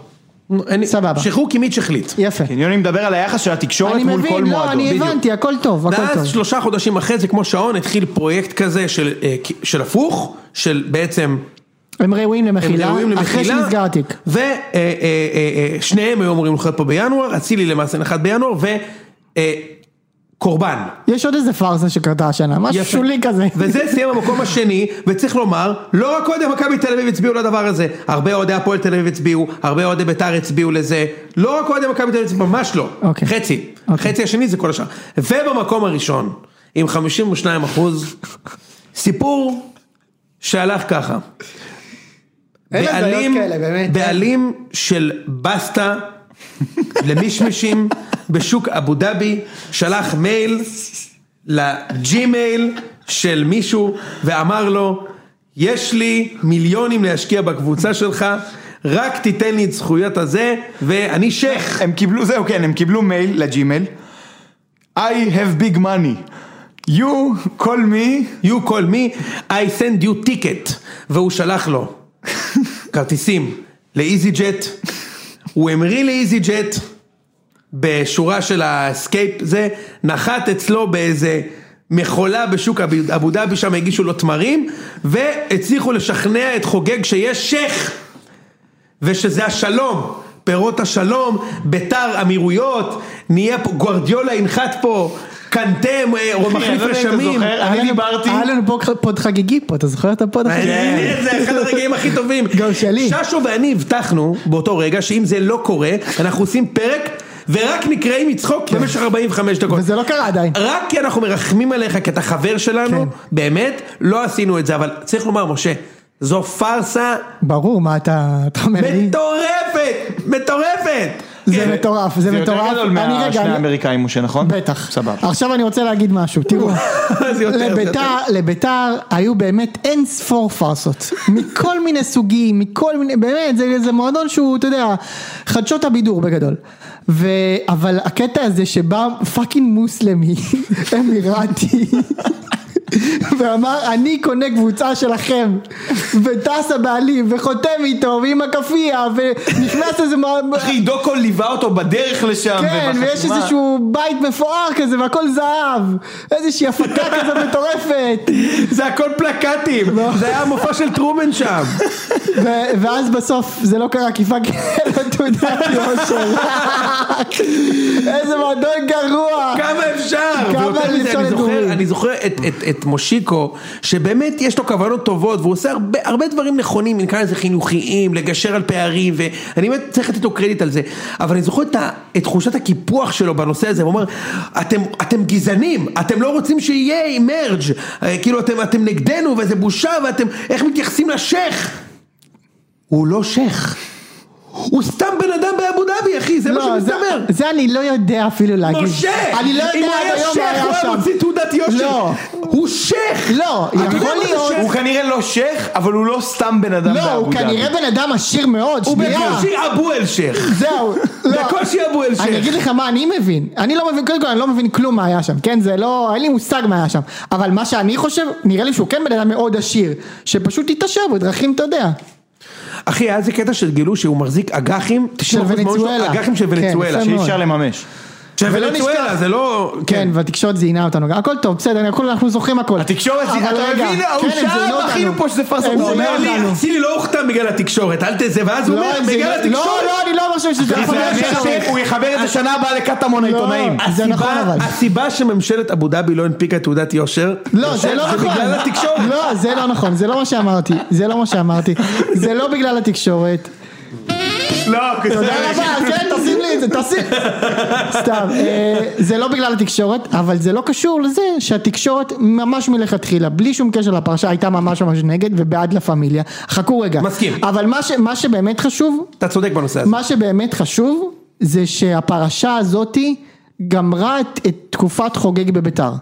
S3: אין-
S1: סבבה.
S3: שחרור כי מיץ' החליט.
S1: יפה.
S2: כן, יוני מדבר על היחס של התקשורת
S1: אני
S2: מול כל
S1: מבין,
S2: מועדון.
S1: לא, אני
S2: בדיוק. לא-
S1: הבנתי, הכל טוב, הכל
S3: ואז
S1: טוב.
S3: שלושה חודשים אחרי זה כמו שעון התחיל פרויקט כזה של, אה, של הפוך, של בעצם
S1: הם ראויים למחילה,
S3: הם ראויים
S1: אחרי
S3: למחילה. אה,
S1: שנסגר התיק.
S3: ושניהם אה, היו אמורים לחיות פה בינואר, אצילי למעשה נחת בינואר אה, וקורבן.
S1: יש עוד איזה פארסה שקרתה השנה, משהו שולי כזה.
S3: וזה סיים במקום השני, וצריך לומר, לא רק אוהדי מכבי תל אביב הצביעו לדבר הזה, הרבה אוהדי הפועל תל אביב הצביעו, הרבה אוהדי בית"ר הצביעו לזה, לא רק אוהדי מכבי תל אביב, ממש לא,
S1: אוקיי.
S3: חצי,
S1: אוקיי.
S3: חצי השני זה כל השאר. ובמקום הראשון, עם 52 אחוז, סיפור שהלך ככה.
S1: אין הזיות כאלה, באמת.
S3: בעלים של בסטה למישמישים בשוק אבו דאבי, שלח מייל לג'ימייל של מישהו ואמר לו, יש לי מיליונים להשקיע בקבוצה שלך, רק תיתן לי את זכויות הזה ואני שייח.
S2: הם קיבלו, זהו, כן, הם קיבלו מייל לג'ימל. I have big money. You call me.
S3: You call me, I send you ticket. והוא שלח לו כרטיסים לאיזי ג'ט, הוא המריא לאיזי ג'ט בשורה של האסקייפ זה, נחת אצלו באיזה מכולה בשוק אבו- אבו דאבי, שם הגישו לו תמרים, והצליחו לשכנע את חוגג שיש שייח. ושזה השלום, פירות השלום, ביתר אמירויות, נהיה פה, גוורדיולה ינחת פה, קנטם,
S2: אני
S3: מחליף
S2: לא יודע אם אתה
S3: רשמים.
S2: זוכר,
S1: היה
S2: אני
S1: לנו-
S2: דיברתי.
S1: היה לנו פה פוד חגיגי פה, אתה זוכר את הפוד החגיגי?
S3: מעניין, זה אחד הרגעים הכי טובים.
S1: גם שלי.
S3: ששו ואני הבטחנו באותו רגע שאם זה לא קורה, אנחנו עושים פרק ורק נקרעים מצחוק במשך 45 דקות.
S1: כן. וזה לא קרה עדיין.
S3: רק כי אנחנו מרחמים עליך, כי אתה חבר שלנו,
S1: כן.
S3: באמת, לא עשינו את זה, אבל צריך לומר, משה, זו פארסה
S1: ברור, מה אתה אתה אומר לי?
S3: מטורפת! מטורפת!
S1: זה
S3: כן.
S1: מטורף, זה
S2: זה יותר
S1: מטורף.
S2: גדול
S1: אני רגע-
S2: מהשני האמריקאים, משה, נכון?
S1: בטח.
S2: סבבה.
S1: עכשיו אני רוצה להגיד משהו,
S2: (laughs)
S1: תראו.
S3: זה יותר, זה יותר.
S1: לביתר, לביתר היו באמת אין ספור פארסות. מכל מיני סוגים, מכל מיני, באמת, זה, זה מועדון שהוא, אתה יודע, חדשות הבידור בגדול. ו... אבל הקטע הזה שבא פאקינג מוסלמי, (laughs) אמירתי. (laughs) ואמר אני קונה קבוצה
S2: (laughs)
S1: שלכם וטס הבעלים וחותם איתו ועם הכאפיה ונכנס איזה מה-
S2: אחי, דוקו ליווה אותו בדרך לשם.
S1: כן,
S2: ובחתימה-
S1: ויש איזשהו בית מפואר כזה והכל זהב, איזושהי הפקה (laughs) כזאת מטורפת,
S3: זה הכל פלקטים,
S1: לא.
S3: זה היה המופע של טרומן שם.
S1: ו- ואז בסוף זה לא קרה כי פאק אין לו תעודת יושר, (laughs) איזה מועדון גרוע,
S3: כמה אפשר?
S1: כמה
S3: ויותר
S1: אפשר
S3: מזה, אני זוכר-
S1: לדורים?
S3: אני זוכר את- את- את מושיקו, שבאמת יש לו כוונות טובות, והוא עושה הרבה- הרבה דברים נכונים, נקרא לזה חינוכיים, לגשר על פערים, ואני באמת צריך לתת לו קרדיט על זה, אבל אני זוכר את ה- את תחושת הקיפוח שלו בנושא הזה, הוא אומר, "אתם- אתם גזענים, אתם לא רוצים שיהיה מרג', אה, כאילו אתם- אתם נגדנו, וזה בושה, ואתם, איך מתייחסים לשייח? הוא לא שייח. הוא סתם בן אדם באבו דאבי, אחי, זה מה
S1: לא, זה-
S3: שמסתבר.
S1: זה אני לא יודע אפילו להגיד,
S3: משה!
S1: אני לא
S3: אם
S1: יודע
S3: הוא
S1: עד
S3: היה
S1: היום מה
S3: שייח,
S1: היה
S3: הוא היה
S1: שם,
S3: מוציא תעודת יושר.
S1: לא.
S3: הוא שייח!
S1: לא,
S3: אתה יודע
S1: יכול
S3: מה זה
S1: להיות-
S3: שייח?
S2: הוא כנראה לא שייח, אבל הוא לא סתם בן אדם
S1: לא,
S2: באבו
S1: הוא
S2: דאבי.
S1: כנראה בן אדם עשיר מאוד,
S3: הוא
S1: שנייה.
S3: בקושי אבו אל שייח.
S1: זהו, לא.
S3: בקושי אבו אל
S1: אני
S3: שייח.
S1: אגיד לך מה אני מבין, אני לא מבין, קודם כל אני לא מבין כלום מה היה שם, כן זה לא, אין לי מושג מה היה שם, אבל מה שאני חושב, נראה לי שהוא כן בן אדם מאוד עשיר, שפשוט התעשר בדרכים אתה יודע, כן,
S3: אחי, היה איזה קטע שגילו שהוא מחזיק אג"חים, 90% מההון שלו,
S1: ונצואלה.
S3: אג"חים של
S1: כן,
S3: ונצואלה.
S1: יפה
S2: שאי
S1: מאוד.
S2: אפשר לממש.
S3: של
S1: ולא
S3: ונצואלה,
S1: נשכח-
S3: זה לא...
S1: כן והתקשורת זיהינה אותנו, גם. הכל טוב בסדר, הכל- אנחנו זוכרים הכל,
S2: התקשורת,
S1: אבל
S2: אתה
S1: רגע,
S2: מבין? ההוא
S1: כן, הם
S2: שם,
S1: זיהינו
S2: אחינו
S1: אותנו.
S2: פה שזה פרסום.
S1: הם
S2: הוא
S3: הוא
S2: אומר
S1: זיהינו
S3: אומר לי,
S1: אותנו.
S3: צילי לא הוכתם בגלל התקשורת, אל תזה, ואז הוא
S1: לא,
S3: אומר,
S1: הם זיהינו-
S3: בגלל
S1: לא,
S3: התקשורת.
S1: לא, אני לא חושב לא. שזה,
S2: זה
S1: יכול להיות
S2: מעניין
S1: שהשייח-
S2: שהוא יחבר את זה שנה הבאה לקטמון העיתונאים.
S1: זה
S3: הסיבה-
S1: נכון, אבל.
S3: הסיבה שממשלת אבו דאבי לא הנפיקה תעודת יושר,
S1: לא, זה לא נכון.
S3: זה בגלל התקשורת.
S1: לא, זה לא נכון, זה לא מה שאמרתי. זה לא מה שאמרתי. זה לא בגלל התקשורת.
S2: לא,
S1: תודה רבה, כן, תשים לי את זה, תשים. סתם, אה, זה לא בגלל התקשורת, אבל זה לא קשור לזה שהתקשורת ממש מלכתחילה, בלי שום קשר לפרשה, הייתה ממש ממש נגד ובעד לה פמיליה. חכו רגע.
S3: מסכים.
S1: אבל מה ש- מה שבאמת חשוב,
S3: אתה צודק בנושא הזה.
S1: מה שבאמת חשוב, זה שהפרשה הזאתי גמרה את, את תקופת חוגג בביתר.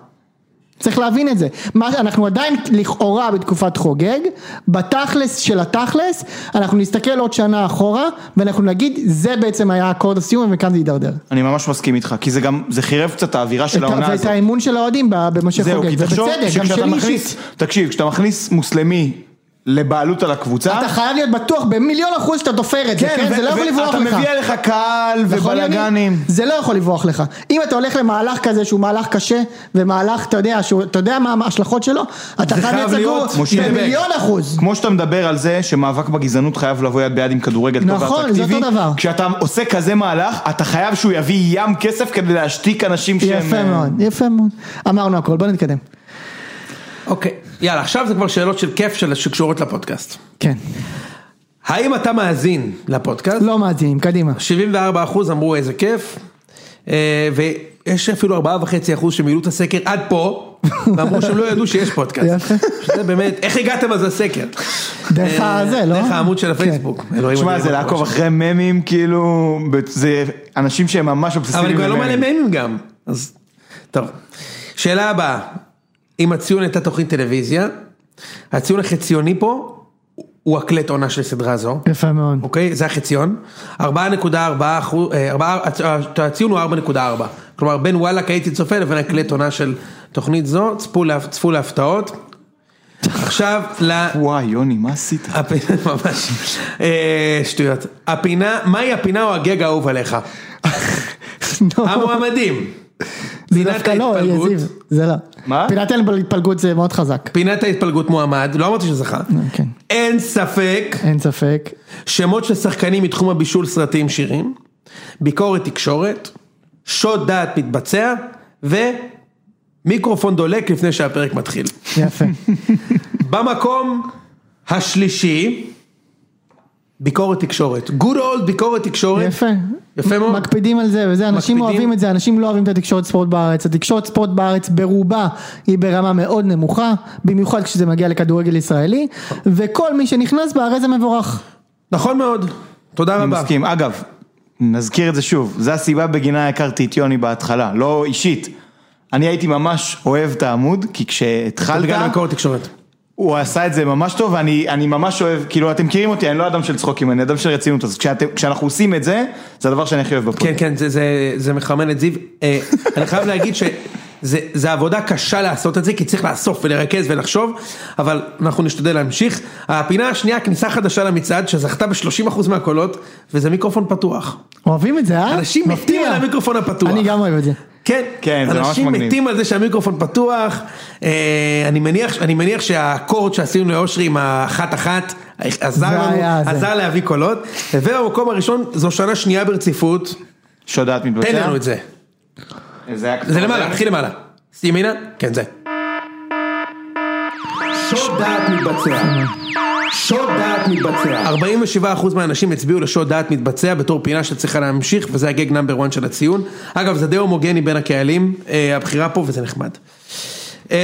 S1: צריך להבין את זה. מה, אנחנו עדיין לכאורה בתקופת חוגג, בתכלס של התכלס, אנחנו נסתכל עוד שנה אחורה, ואנחנו נגיד, זה בעצם היה אקורד הסיום ומכאן זה הידרדר.
S2: אני ממש מסכים איתך, כי זה גם, זה חירב קצת את האווירה של
S1: את ה-
S2: העונה
S1: ואת
S2: הזאת.
S1: האמון של האוהדים ב- במה
S2: זהו,
S1: שחוגג,
S2: כי תחשוב
S1: ובצדק, גם
S2: שכשאתה
S1: שלי אישית.
S2: מכניס, תקשיב, כשאתה מכניס מוסלמי לבעלות על הקבוצה,
S1: אתה חייב להיות בטוח במיליון אחוז שאתה תופר את זה, כן?
S2: אה? ו-
S1: זה לא
S2: ו-
S1: יכול לברוח לך.
S2: אתה מביא עליך קהל
S1: נכון, יוני?
S2: ובלאגנים.
S1: זה לא יכול לברוח לך. אם אתה הולך למהלך כזה שהוא מהלך קשה, ומהלך, אתה יודע, שהוא, אתה יודע מה ההשלכות שלו, אתה חייב להיות
S3: חייב
S1: סגור
S3: להיות
S2: משה.
S1: במיליון אחוז.
S2: כמו שאתה מדבר על זה שמאבק בגזענות חייב לבוא יד ביד עם כדורגל טוב
S1: נכון, זה
S2: ואטרקטיבי,
S1: אותו דבר.
S2: כשאתה עושה כזה מהלך, אתה חייב שהוא יביא ים כסף כדי להשתיק אנשים שהם...
S1: יפה
S2: אה,
S1: מאוד, יפה מאוד. אמרנו הכל, בוא נתקדם.
S3: אוקיי, יאללה, עכשיו זה כבר שאלות של כיף של- שקשורות לפודקאסט.
S1: כן.
S3: האם אתה מאזין לפודקאסט?
S1: לא מאזינים, קדימה.
S3: 74 אחוז אמרו איזה כיף, אה, ויש אפילו 4.5 אחוז שמילאו את הסקר עד (laughs) פה, ואמרו שהם לא ידעו שיש פודקאסט.
S1: יפה.
S3: שזה באמת, איך הגעתם אז לסקר?
S1: דרך
S3: אה,
S1: הזה, לא?
S3: דרך העמוד של הפייסבוק. אלוהים
S2: תשמע,
S3: אדירים,
S2: זה
S3: מה
S2: לעקוב
S3: קורה
S2: אחרי ממים, כאילו, ב- זה אנשים שהם ממש
S3: שם. אבל אני
S2: אובססיביים.
S3: כבר לא מעלה
S2: בממים.
S3: ממים גם, אז טוב. שאלה הבאה, אם הציון הייתה תוכנית טלוויזיה, הציון החציוני פה הוא הקלט עונה של סדרה זו.
S1: יפה מאוד.
S3: אוקיי? זה החציון. 4.4 אחוז, אה, ארבעה- הצ- הציון הוא 4.4. כלומר, בין וואלאק הייתי צופה לבין הקלט עונה של תוכנית זו, צפו להפ- צפו להפתעות. עכשיו, ל...
S2: וואי, יוני, מה עשית?
S3: הפינה, (laughs) ממש, אה, שטויות. הפינה, מהי הפינה או הגג האהוב עליך?
S1: (laughs) נו,
S3: המועמדים.
S1: זה
S3: פינת
S1: דווקא לא,
S3: ההתפלגות.
S1: יזיב. זה לא.
S2: מה?
S1: פינת ההתפלגות זה מאוד חזק.
S3: פינת ההתפלגות מועמד, לא אמרתי שזכה.
S1: כן.
S3: אין ספק
S1: אין ספק.
S3: שמות של שחקנים מתחום הבישול סרטים שירים, ביקורת תקשורת, שוד דעת מתבצע, ומיקרופון דולק לפני שהפרק מתחיל.
S1: יפה.
S3: במקום השלישי, ביקורת תקשורת. Good old ביקורת תקשורת.
S1: יפה.
S3: יפה מאוד.
S1: מקפידים על זה וזה, אנשים
S3: מקפידים.
S1: אוהבים את זה, אנשים לא אוהבים את התקשורת ספורט בארץ. התקשורת ספורט בארץ ברובה היא ברמה מאוד נמוכה, במיוחד כשזה מגיע לכדורגל ישראלי, וכל מי שנכנס בה הרי זה מבורך.
S3: נכון מאוד. תודה
S2: אני
S3: רבה.
S2: מסכים. אגב, נזכיר את זה שוב, זו הסיבה בגינה הכרתי את יוני בהתחלה, לא אישית. אני הייתי ממש אוהב את העמוד, כי כשהתחלת,
S3: בגלל ביקורת תקשורת.
S2: הוא עשה את זה ממש טוב, ואני אני ממש אוהב, כאילו אתם מכירים אותי, אני לא אדם של צחוקים, אני אדם של רצינות, אז כשאתם- כשאנחנו עושים את זה, זה הדבר שאני הכי אוהב
S3: כן,
S2: בפודקאסט.
S3: כן, זה, זה, זה מחרמן את זיו. אה, אני חייב להגיד שזה עבודה קשה לעשות את זה, כי צריך לאסוף ולרכז ולחשוב, אבל אנחנו נשתדל להמשיך. הפינה השנייה, כניסה חדשה למצעד, שזכתה ב-30% מהקולות, וזה מיקרופון פתוח.
S1: אוהבים את זה, אה?
S3: אנשים מתים
S1: מפתיע.
S3: על המיקרופון הפתוח.
S1: אני גם אוהב את זה.
S3: כן,
S2: כן, זה ממש
S3: אנשים
S2: מגניב.
S3: מתים על זה שהמיקרופון פתוח, אה, אני מניח, אני מניח שהאקורד שעשינו לאושרי עם האחת אחת, עזר
S1: זה היה
S3: לנו,
S1: זה.
S3: עזר להביא קולות, ובמקום הראשון זו שנה שנייה ברציפות,
S2: שודעת מתבצע.
S3: תן לנו את זה,
S2: זה היה כבר-
S3: זה למעלה, הכי למעלה, ימינה, כן זה.
S4: שוד דעת מתבצע. שוד דעת מתבצע.
S3: 47% מהאנשים הצביעו לשוד דעת מתבצע בתור פינה שצריכה להמשיך, וזה הגג נאמבר 1 של הציון. אגב, זה די הומוגני בין הקהלים, אה, הבחירה פה וזה נחמד. אה,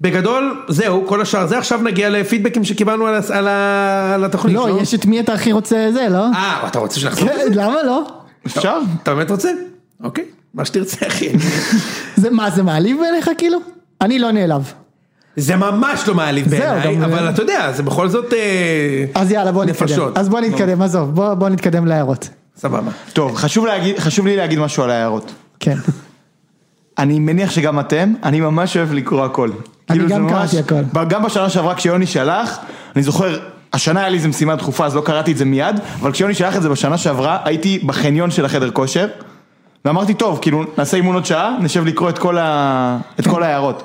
S3: בגדול, זהו, כל השאר זה, עכשיו נגיע לפידבקים שקיבלנו על, הס- על, ה- על התוכנית,
S1: לא, יש את מי אתה הכי רוצה זה, לא?
S3: אה, אתה רוצה שנחזור?
S1: כן, למה לא?
S2: אפשר?
S3: אתה באמת רוצה? אוקיי, מה שתרצה, אחי.
S1: זה- מה, זה מעליב בעיניך כאילו? אני לא נעלב.
S3: זה ממש לא מעליב
S1: זהו,
S3: בעיניי,
S1: גם-
S3: אבל אתה יודע, זה בכל זאת... אה,
S1: אז יאללה, בוא נתקדם.
S3: נפשות.
S1: אז בוא נתקדם, עזוב, בוא בוא נתקדם להערות.
S3: סבבה.
S2: טוב, חשוב להגיד- חשוב לי להגיד משהו על ההערות.
S1: כן.
S2: אני מניח שגם אתם, אני ממש אוהב לקרוא הכל. כאילו זה
S1: גם
S2: ממש-
S1: קראתי הכל.
S2: ב- גם בשנה שעברה כשיוני שלח, אני זוכר, השנה היה לי איזה משימה דחופה אז לא קראתי את זה מיד, אבל כשיוני שלח את זה בשנה שעברה, הייתי בחניון של החדר כושר, ואמרתי, טוב, כאילו, נעשה אימון עוד שעה, נשב לקרוא את כל, ה... את כל ההערות.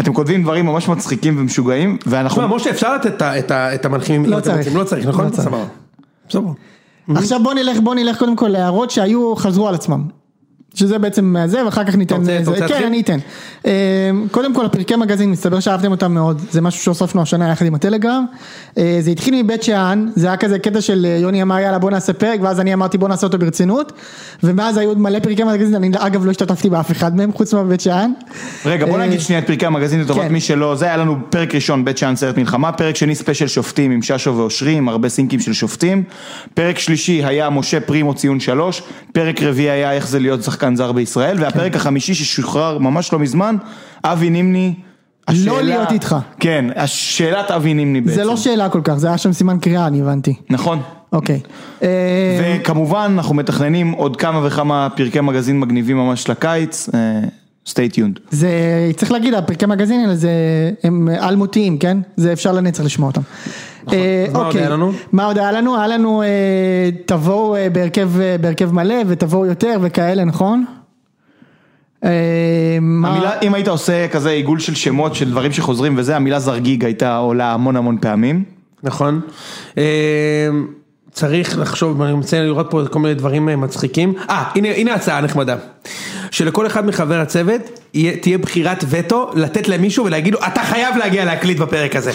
S2: אתם כותבים דברים ממש מצחיקים ומשוגעים, ואנחנו...
S3: תשמע, משה, אפשר לתת את ה- את ה- את המנחים אם
S1: לא
S3: אתם
S1: צריך.
S3: רוצים? לא צריך, נכון?
S1: לא צריך.
S3: סבבה. בסדר.
S1: עכשיו בוא נלך, בוא נלך קודם כל להערות שהיו, חזרו על עצמם. שזה בעצם זה, ואחר כך ניתן...
S3: רוצה- אתה
S1: זה.
S3: רוצה
S1: כן,
S3: להתחיל?
S1: אני אתן. אמ, קודם כל, הפרקי מגזין, מסתבר שאהבתם אותם מאוד, זה משהו שהוספנו השנה יחד עם הטלגרם. אה, זה התחיל מבית שאן, זה היה כזה קטע של אה, יוני אמר יאללה בוא נעשה פרק, ואז אני אמרתי בוא נעשה אותו ברצינות, ומאז היו עוד מלא פרקי מגזין, אני אגב לא השתתפתי באף אחד מהם חוץ מבית שאן.
S2: רגע, בוא
S1: אה,
S2: נגיד שנייה את פרקי המגזין לטובת
S1: כן.
S2: מי שלא, זה היה לנו פרק ראשון בית שאן סרט מלחמה, פרק שני ספיישל שופטים עם ששו ואושרי, עם הרבה סינקים של שופטים, פרק שלישי היה משה פרימו ציון שלוש, פרק רביעי היה איך זה להיות שחקן זר בישראל,
S1: כן.
S2: והפרק החמישי ששוחרר ממש לא מזמן, אבי נימני, השאלה...
S1: לא להיות איתך.
S2: כן, השאלת אבי נימני בעצם.
S1: זה לא שאלה כל כך, זה היה שם סימן קריאה, אני הבנתי.
S2: נכון.
S1: אוקיי. אה,
S2: וכמובן, אנחנו מתכננים עוד כמה וכמה פרקי מגזין מגניבים ממש לקיץ, אה, סטי טיונד.
S1: זה, צריך להגיד, הפרקי מגזין האלה זה, הם אלמותיים, כן? זה אפשר לנצח לשמוע אותם. אה,
S3: נכון. אז מה עוד
S1: אוקיי.
S3: היה לנו?
S1: מה עוד היה לנו? היה לנו, אה, תבואו אה, בהרכב, אה, בהרכב מלא ותבואו יותר וכאלה, נכון? אה, מה-
S2: המילה, אם היית עושה כזה עיגול של שמות של דברים שחוזרים וזה, המילה זרגיג הייתה עולה המון המון פעמים.
S3: נכון. אה, צריך לחשוב, אני רוצה לראות פה כל מיני דברים אה, מצחיקים. אה, הנה, הנה הצעה נחמדה. שלכל אחד מחבר הצוות יהיה, תהיה בחירת וטו לתת למישהו ולהגיד לו, אתה חייב להגיע להקליט בפרק הזה.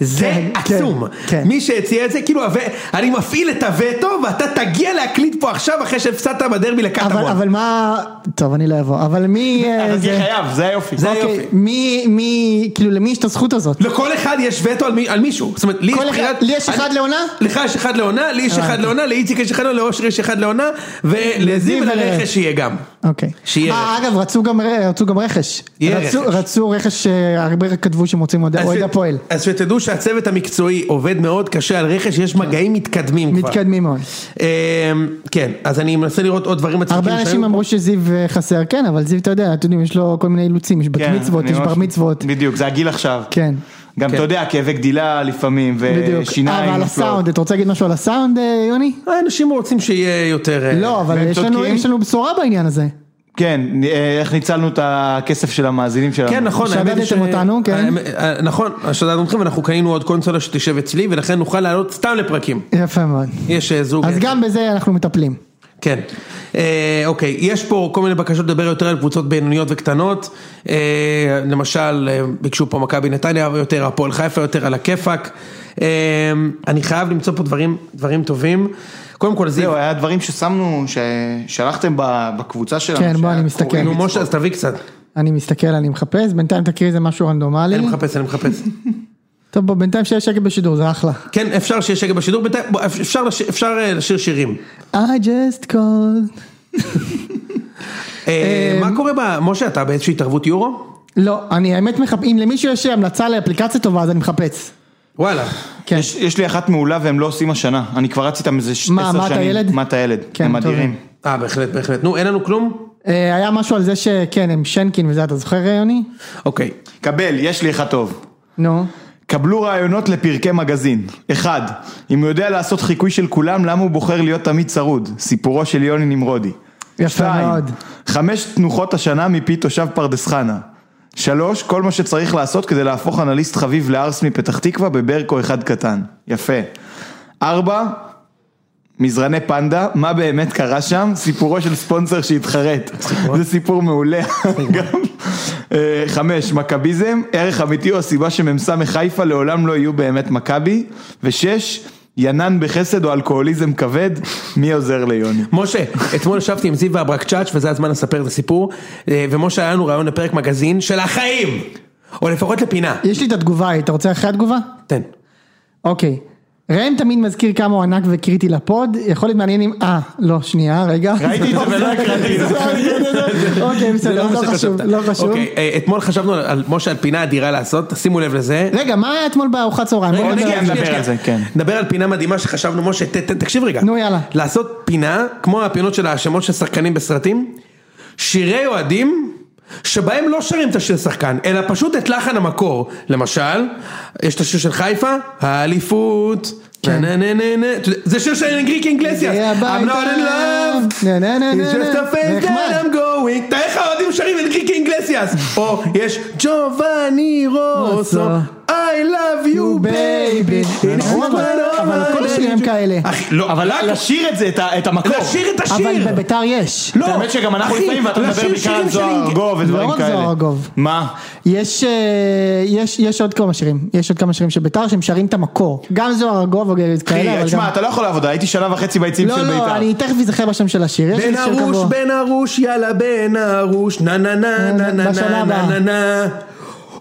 S3: זה
S1: כן, כן,
S3: עצום.
S1: כן.
S3: מי שהציע את זה, כאילו, הוו- אני מפעיל את הווטו ואתה תגיע להקליט פה עכשיו אחרי שהפסדת בדרבי
S1: אבל,
S3: לקטמון.
S1: אבל מה, טוב אני לא אבוא, אבל
S3: (laughs)
S1: מי, אה,
S2: אתה תהיה
S1: זה,
S2: חייב, זה היופי.
S3: זה
S1: אוקיי,
S3: היופי.
S1: מי, מי, כאילו למי יש את הזכות הזאת?
S3: לכל אחד יש וטו על, מי, על מישהו, זאת אומרת, לי יש
S1: כל אחד-
S3: בחירת...
S1: לי יש אחד
S3: אני-
S1: לעונה?
S3: לך יש אחד לעונה, לי יש אחד
S1: הבנתי.
S3: לעונה, לאיציק יש אחד לעונה, לאושר יש אחד לעונה, ולזיו
S1: לזיו ולרכש.
S3: ולרכש יהיה גם.
S1: אוקיי.
S3: שיהיה
S1: אה,
S3: רכש.
S1: אגב, רצו גם, ר- רצו גם רכש.
S3: יהיה
S1: רצו,
S3: רכש.
S1: רצו רכש, אה, הרבה כתבו שהם רוצים אוהד-
S3: אז
S1: אוהד
S3: ש-
S1: הפועל.
S3: אז שתדעו שהצוות המקצועי עובד מאוד קשה על רכש,
S1: כן.
S3: יש מגעים מתקדמים כבר.
S1: מתקדמים מאוד.
S3: אמ, כן, אז אני מנסה לראות עוד דברים מצחיקים.
S1: הרבה אנשים
S3: כאילו שהיו.
S1: אמרו שזיו אה, חסר, כן, אבל זיו, אתה יודע, אתם יודעים, יש לו כל מיני אילוצים, יש בת
S2: כן,
S1: מצוות,
S2: אני
S1: יש בר
S2: ממש-
S1: מצוות,
S2: בדיוק, זה הגיל עכשיו.
S1: כן,
S2: גם
S3: כן.
S2: אתה יודע, כאבי גדילה לפעמים,
S1: בדיוק.
S2: ושיניים.
S1: אה, ועל
S2: נופלות.
S1: הסאונד, אתה רוצה להגיד משהו על הסאונד, אה, יוני?
S3: אנשים רוצים שיהיה יותר... אה,
S1: לא, אבל
S2: והם
S1: יש לנו-
S2: צודקים.
S1: יש לנו בשורה בעניין הזה.
S2: כן, אה, איך ניצלנו את הכסף של המאזינים שלנו.
S3: כן נכון, האמת היא
S1: שדדתם אותנו, כן.
S3: אה, נכון, שדדתם אתכם ואנחנו קנינו עוד קונסולה שתשב אצלי ולכן נוכל לעלות סתם לפרקים.
S1: יפה מאוד.
S3: יש אה, זוג.
S1: אז גם בזה אנחנו מטפלים.
S3: כן. אה, אוקיי, יש פה כל מיני בקשות לדבר יותר על קבוצות בינוניות וקטנות. אה, למשל, אה, ביקשו פה מכבי נתניה יותר, הפועל חיפה יותר, על הכיפאק. אה, אני חייב למצוא פה דברים, דברים טובים. קודם כל, זיו,
S5: זהו, היה דברים ששמנו, ששלחתם ב- בקבוצה שלנו.
S1: כן, בוא,
S5: שהיה
S1: אני מסתכל.
S5: קוראים
S3: נו
S5: לצחוק.
S3: משה, אז תביא קצת.
S1: אני מסתכל, אני מחפש, בינתיים תקריא איזה משהו רנדומלי.
S3: אני מחפש, אני מחפש.
S1: טוב, בוא, בינתיים שיהיה שקט בשידור, זה אחלה.
S3: כן, אפשר שיהיה שקט בשידור, בינתיים, בוא, אפשר לשיר- אפשר אה, לשיר שירים.
S1: I just called.
S3: אה, מה קורה ב... משה, אתה באיזושהי התערבות יורו?
S1: לא, אני האמת מחפש, אם למישהו יש המלצה לאפליקציה טובה, אז אני מחפץ.
S3: וואלה.
S1: כן.
S2: יש, יש לי אחת מעולה והם לא עושים השנה, אני כבר רץ איתם איזה ש- עשר
S1: מה,
S2: שנים.
S1: מה, אתה ילד?
S2: מה אתה ילד?
S1: כן,
S2: הם
S1: טוב.
S2: אדירים.
S3: אה, בהחלט, בהחלט. נו, אין לנו כלום?
S1: אה, היה משהו על זה שכן, הם שנקין וזה, אתה זוכר אה, יוני?
S3: אוקיי.
S2: קבל, יש לי אחד טוב.
S1: נו.
S2: קבלו רעיונות לפרקי מגזין. אחד, אם הוא יודע לעשות חיקוי של כולם, למה הוא בוחר להיות תמיד צרוד? סיפורו של יוני נמרודי.
S1: יפה
S2: שתיים,
S1: מאוד.
S2: חמש תנוחות השנה מפי תושב פרדס חנה. שלוש, כל מה שצריך לעשות כדי להפוך אנליסט חביב לארס מפתח תקווה בברקו אחד קטן. יפה. ארבע, מזרני פנדה, מה באמת קרה שם? סיפורו של ספונסר שהתחרט. זה סיפור מעולה. גם. אה, חמש, מכביזם, ערך אמיתי הוא הסיבה שמ"ס חיפה לעולם לא יהיו באמת מכבי. ושש, ינן בחסד או אלכוהוליזם כבד, מי עוזר ליוני?
S3: משה, אתמול ישבתי עם זיו ואברקצ'אץ', וזה הזמן לספר את הסיפור, אה, ומשה, היה לנו רעיון לפרק מגזין של החיים! או לפחות לפינה.
S1: יש לי את התגובה, היית רוצה אחרי התגובה?
S3: תן.
S1: אוקיי. ראם תמיד מזכיר כמה הוא ענק וקריטי לפוד, יכול להיות מעניין אם... אה, לא, שנייה, רגע.
S2: ראיתי את זה
S1: (laughs)
S2: ולא
S3: (laughs)
S2: הקראתי את זה.
S1: אוקיי,
S3: זה
S1: בסדר,
S3: מה
S1: לא חשוב,
S3: שחשבת.
S1: לא חשוב.
S3: אוקיי, אה, אתמול חשבנו על- על משה, על פינה אדירה לעשות, שימו לב לזה.
S1: רגע, מה היה אתמול בארוחת צהריים? בוא
S3: רגע,
S1: נדבר
S3: רגע,
S1: על זה.
S3: שנייה,
S2: נדבר
S3: שנייה.
S2: על זה, כן.
S3: נדבר על פינה מדהימה שחשבנו, משה, ת- ת- תקשיב רגע.
S1: נו, יאללה.
S3: לעשות פינה, כמו הפינות של השמות של שחקנים בסרטים, שירי אוהדים, שבהם לא שרים את השיר שחקן, אלא פשוט את לחן המקור. למשל, יש את השיר של חיפה, האליפות. נה נה נה נה נה, אתה יודע, זה שיר של אנגריק אינגלסיאס,
S1: יהיה
S3: I'm
S1: כן. הביתה.
S3: not in love,
S1: נה, נה, נה,
S3: it's
S1: נה,
S3: just
S1: נה.
S3: a face
S1: נחמד.
S3: that I'm going, תראה איך האוהדים שרים אנגריק אינגלסיאס, או יש ג'ובאני רוסו, I love you
S1: You baby. נכון, אבל הכל שלהם כאלה. לא,
S3: אחי, לא, אבל
S2: אבל
S3: רק
S2: לשיר את זה, את ה- את המקור.
S3: לשיר את השיר.
S1: אבל בביתר יש.
S3: לא,
S2: האמת שגם אנחנו
S3: אחי,
S2: לפעמים, ואתה מדבר
S3: לשיר
S2: בעיקר
S3: שירים
S2: על
S3: של
S2: זוהר
S3: אינג-
S2: ארגוב
S1: לא
S2: ודברים
S1: רק
S2: כאלה.
S1: זוהר ארגוב.
S2: מה?
S1: יש, אה, יש, יש עוד כמה שירים, יש עוד כמה שירים של ביתר שהם שרים את המקור, גם זוהר ארגוב וגם כאלה,
S2: אחי,
S1: אבל
S2: תשמע,
S1: גם...
S2: אתה לא יכול לעבוד, הייתי שנה וחצי ביציעים
S1: לא,
S2: של
S1: לא,
S2: בית"ר.
S1: אני תכף אזכר בשם של השיר, יש
S3: בן
S1: לי שיר
S3: ארוש,
S1: קבוע.
S3: בן ארוש, יאללה בן ארוש, נה נה
S1: אה,
S3: נה נה נה
S1: בשנה
S3: נה נה
S1: הבאה.
S3: נה נה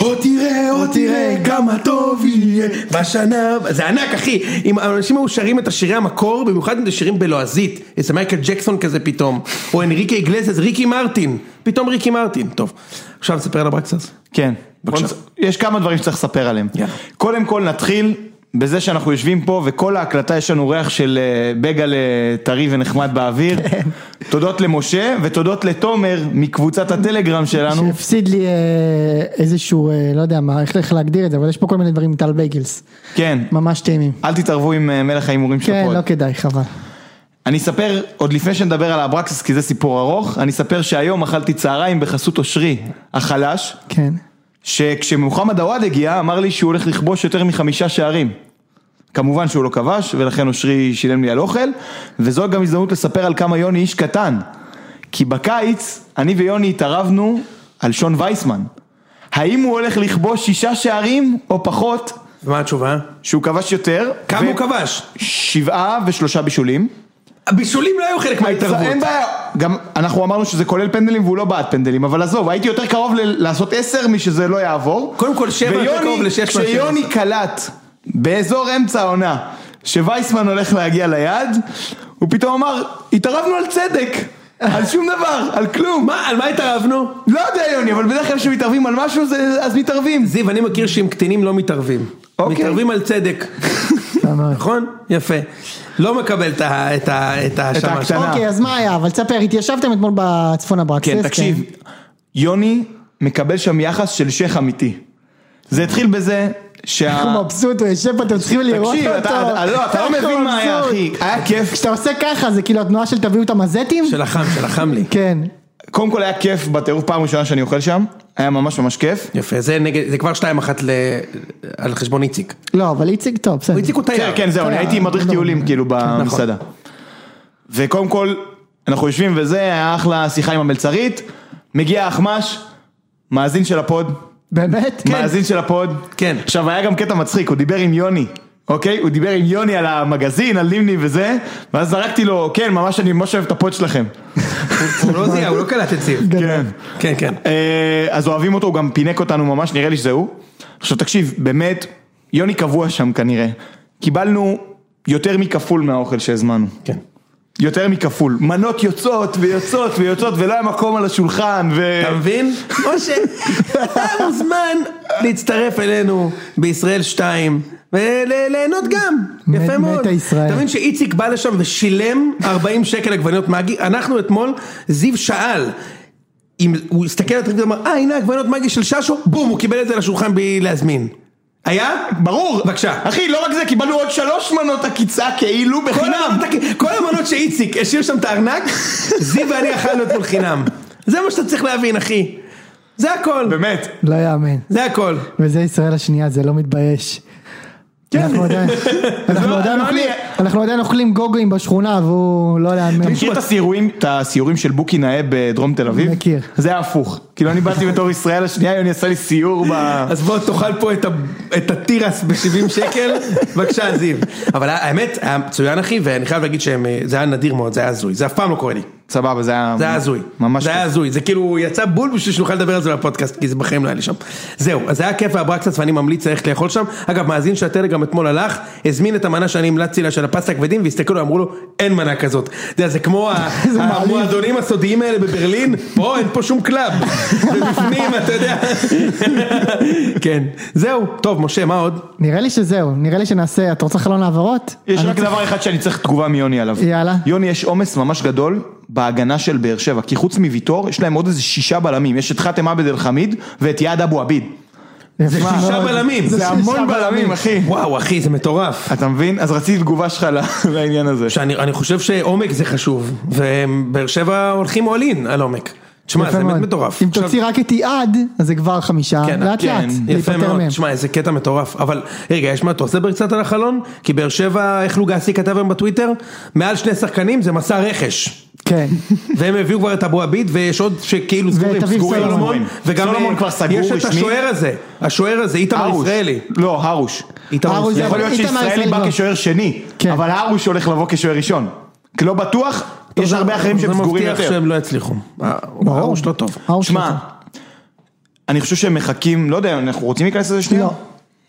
S3: או תראה, או תראה, כמה טוב יהיה בשנה... זה ענק, אחי. אם האנשים היו שרים את השירי המקור, במיוחד אם זה שירים בלועזית. איזה מייקל ג'קסון כזה פתאום. או אנריקה איגלזס, ריקי מרטין. פתאום ריקי מרטין. טוב, עכשיו תספר על אברקסס.
S2: כן,
S3: בבקשה.
S2: בוא נס- יש כמה דברים שצריך לספר עליהם.
S3: יאללה.
S2: קודם כל נתחיל בזה שאנחנו יושבים פה וכל ההקלטה יש לנו ריח של אה, בגל אה, טרי ונחמד באוויר. תודות למשה ותודות לתומר מקבוצת הטלגרם שלנו.
S1: שהפסיד לי אה, איזשהו, אה, לא יודע מה, איך איך להגדיר את זה, אבל יש פה כל מיני דברים עם טל בייגלס,
S2: כן,
S1: ממש טעימים.
S2: אל תתערבו עם אה, מלך ההימורים של
S1: כן,
S2: הפועל.
S1: לא כדאי, חבל.
S2: אני אספר, עוד לפני שנדבר על האברקסס, כי זה סיפור ארוך, אני אספר שהיום אכלתי צהריים בחסות אושרי, החלש,
S1: כן.
S2: שכשמוחמד עוואד הגיע, אמר לי שהוא הולך לכבוש יותר מחמישה שערים. כמובן שהוא לא כבש, ולכן אושרי שילם לי על אוכל, וזו גם הזדמנות לספר על כמה יוני איש קטן. כי בקיץ, אני ויוני התערבנו על שון וייסמן. האם הוא הולך לכבוש שישה שערים, או פחות,
S3: ומה התשובה?
S2: שהוא כבש יותר?
S3: כמה הוא כבש?
S2: שבעה ושלושה בישולים.
S3: הבישולים לא היו
S1: אה,
S3: חלק מההתערבות.
S2: אין בעיה, גם אנחנו אמרנו שזה כולל פנדלים והוא לא בעט פנדלים, אבל עזוב, הייתי יותר קרוב ל- לעשות עשר משזה לא יעבור.
S3: קודם כל, שבע יותר
S2: ויוני,
S3: קרוב לשש מאשר
S2: כשיוני קלט באזור אמצע העונה, שווייסמן הולך להגיע ליעד, הוא פתאום אמר, התערבנו על צדק, על שום דבר, על כלום.
S3: מה, על מה התערבנו?
S2: לא יודע יוני, אבל בדרך כלל כשמתערבים על משהו, זה- אז מתערבים.
S3: זיו, אני מכיר שעם קטינים לא מתערבים.
S2: אוקיי.
S3: מתערבים על צדק. נכון? יפה. לא מקבל את ה- את ה- את ההאשמה.
S2: ההקטנה.
S1: אוקיי, אז מה היה, אבל תספר, התיישבתם אתמול בצפון אברקסס.
S2: כן, תקשיב, יוני מקבל שם יחס של שייח אמיתי. זה התחיל בזה שה...
S1: איך הוא מבסוט, הוא יושב פה, אתם צריכים לראות אותו.
S2: אה, תקשיב, אתה- לא, אתה לא
S1: איך הוא
S2: מבין מה היה,
S1: מבסוט.
S2: אחי. היה כיף.
S1: כשאתה עושה ככה, זה כאילו התנועה של תביאו את המזטים?
S3: של החם, של החם לי.
S1: כן.
S2: קודם כל היה כיף בטירוף, פעם ראשונה שאני אוכל שם, היה ממש ממש כיף.
S3: יפה, זה נגד, זה כבר שתיים אחת ל- על חשבון איציק.
S1: לא, אבל איציק טוב, בסדר.
S3: איציק הוא
S2: כן,
S3: תייר. לא. נכון.
S2: כן, זהו, אני
S1: אתה-
S2: הייתי מדריך
S1: לא,
S2: טיולים כאילו במסעדה. וקודם כל, אנחנו יושבים וזה, היה אחלה שיחה עם המלצרית, מגיע האחמ"ש, מאזין של הפוד,
S1: באמת?
S2: כן. מאזין של הפוד.
S3: כן.
S2: עכשיו, היה גם קטע מצחיק, הוא דיבר עם יוני. אוקיי? הוא דיבר עם יוני על המגזין, על לימני וזה, ואז זרקתי לו, כן, ממש אני ממש אוהב את הפוד שלכם.
S3: הוא לא זיהה, הוא לא קלט את (laughs) זיו.
S2: כן.
S3: כן, כן.
S2: אה, אז אוהבים אותו, הוא גם פינק אותנו ממש, נראה לי שזה הוא. עכשיו תקשיב, באמת, יוני קבוע שם כנראה. קיבלנו יותר מכפול מהאוכל שהזמנו.
S3: כן.
S2: יותר מכפול. מנות יוצאות ויוצאות ויוצאות, ולא היה מקום על השולחן, ו...
S3: אתה מבין? משה, אתה מוזמן להצטרף אלינו בישראל 2. וליהנות גם,
S1: מת-
S3: יפה מאוד.
S1: מתה ישראל.
S3: אתה מבין שאיציק בא לשם ושילם 40 שקל עגבניות מגי, אנחנו אתמול, זיו שאל, אם הוא הסתכל על הטריפט ואמר, אה הנה עגבניות מגי של ששו, בום, הוא קיבל את זה לשולחן בלי להזמין. היה?
S2: ברור!
S3: בבקשה.
S2: אחי, לא רק זה, קיבלנו עוד שלוש מנות עקיצה כאילו
S3: כל
S2: בחינם.
S3: המנות- כל המנות שאיציק השאיר שם את הארנק, זיו ואני אכלנו אתמול חינם. זה מה שאתה צריך להבין, אחי. זה הכל,
S2: באמת.
S1: לא יאמן.
S3: זה הכל.
S1: וזה ישראל השנייה, זה לא מתבייש. אנחנו עדיין- אנחנו
S2: לא-
S1: עדיין
S2: לא
S1: אוכלים-
S2: אני-
S1: אנחנו עדיין אוכלים גוגוים בשכונה והוא לא להאמין.
S2: מכיר את הסיורים, את הסיורים של בוקי נאה בדרום תל אביב?
S1: מכיר.
S2: זה היה הפוך. כאילו אני באתי בתור ישראל השנייה, יוני עשה לי סיור ב...
S3: אז בוא תאכל פה את, ה, את התירס ב-70 (laughs) שקל, בבקשה זיו. אבל האמת, היה מצוין אחי, ואני חייב להגיד שזה היה נדיר מאוד, זה היה הזוי, זה אף פעם לא קורה לי,
S2: סבבה, זה היה...
S3: זה היה הזוי.
S2: ממש
S3: זה היה הזוי, זה כאילו יצא בול בשביל שנוכל לדבר על זה בפודקאסט, כי זה בחיים לא היה לי שם. זהו, אז זה היה כיף והברקסס ואני ממליץ ללכת לאכול שם. אגב, מאזין של הטלגרם אתמול הלך, הזמין את המנה שאני המלצתי לה של הפסטה הכבדים, והסתכלו, אמרו לו, אין מנה כזאת. אתה יודע, זה כמו ה- המועדונים הסודיים האלה בברלין, פה אין פה שום קלאב. ובפנים, אתה יודע. כן, זהו. טוב, משה, מה עוד?
S1: נראה לי שזהו, נראה לי שנעשה, אתה רוצה חלון העברות?
S2: יש
S1: אני
S2: רק
S1: צריך-
S2: דבר אחד שאני צריך תגובה מיוני עליו.
S1: יאללה.
S2: יוני, יש עומס ממש גדול בהגנה של באר שבע, כי חוץ מוויטור, יש להם עוד איזה שישה בלמים. יש את חאתם עבד אל חמיד ואת יעד אבו עביד.
S1: יפה מאוד.
S3: שישה בלמים.
S2: זה
S1: שישה
S2: המון בלמים, אחי.
S3: וואו, אחי, זה מטורף.
S2: אתה מבין? אז רציתי תגובה שלך ל- (laughs) לעניין הזה.
S3: שאני אני חושב שעומק זה חשוב, ובאר שבע הולכים all in על עומק. תשמע,
S1: יפה
S3: זה באמת
S1: מאוד.
S3: מטורף.
S1: אם
S3: עכשיו-
S1: תוציא רק את יעד, אז זה כבר חמישה,
S3: כן,
S1: לאט
S2: כן,
S1: לאט,
S3: יפה
S1: להיפטר
S3: מאוד,
S1: מהם.
S3: תשמע איזה קטע מטורף, אבל רגע יש מה אתה עושה קצת על החלון? כי באר שבע, איך לוגסי כתב היום בטוויטר? מעל שני שחקנים זה מסע רכש. (laughs)
S1: כן,
S3: והם הביאו כבר את אבו עביד ויש עוד שכאילו סגורים,
S1: ואת אביב
S3: סגורים,
S1: סולומון.
S3: סולומון, וגם
S2: סולומון
S3: אה,
S2: כבר סגור
S3: יש את
S2: רשמי.
S3: השוער הזה, השוער הזה, איתמר
S2: הרוש.
S3: ישראלי.
S2: לא, הרוש.
S3: איתמר
S1: הרוש זה
S3: ישראלי.
S2: יכול להיות
S1: איתמר
S2: שישראלי
S1: ישראלי
S2: בא
S1: לא.
S2: כשוער שני,
S1: כן.
S2: אבל הרוש הולך לבוא כשוער ראשון. כי לא בטוח, יש
S3: זה-
S2: הרבה אחרים שהם סגורים
S3: זה מבטיח
S2: יותר.
S3: שהם לא יצליחו. אה, הרוש לא טוב.
S1: ההוא
S2: שמע,
S1: שלך.
S2: אני חושב שהם מחכים, לא יודע, אנחנו רוצים להיכנס לזה שנייה?
S1: לא.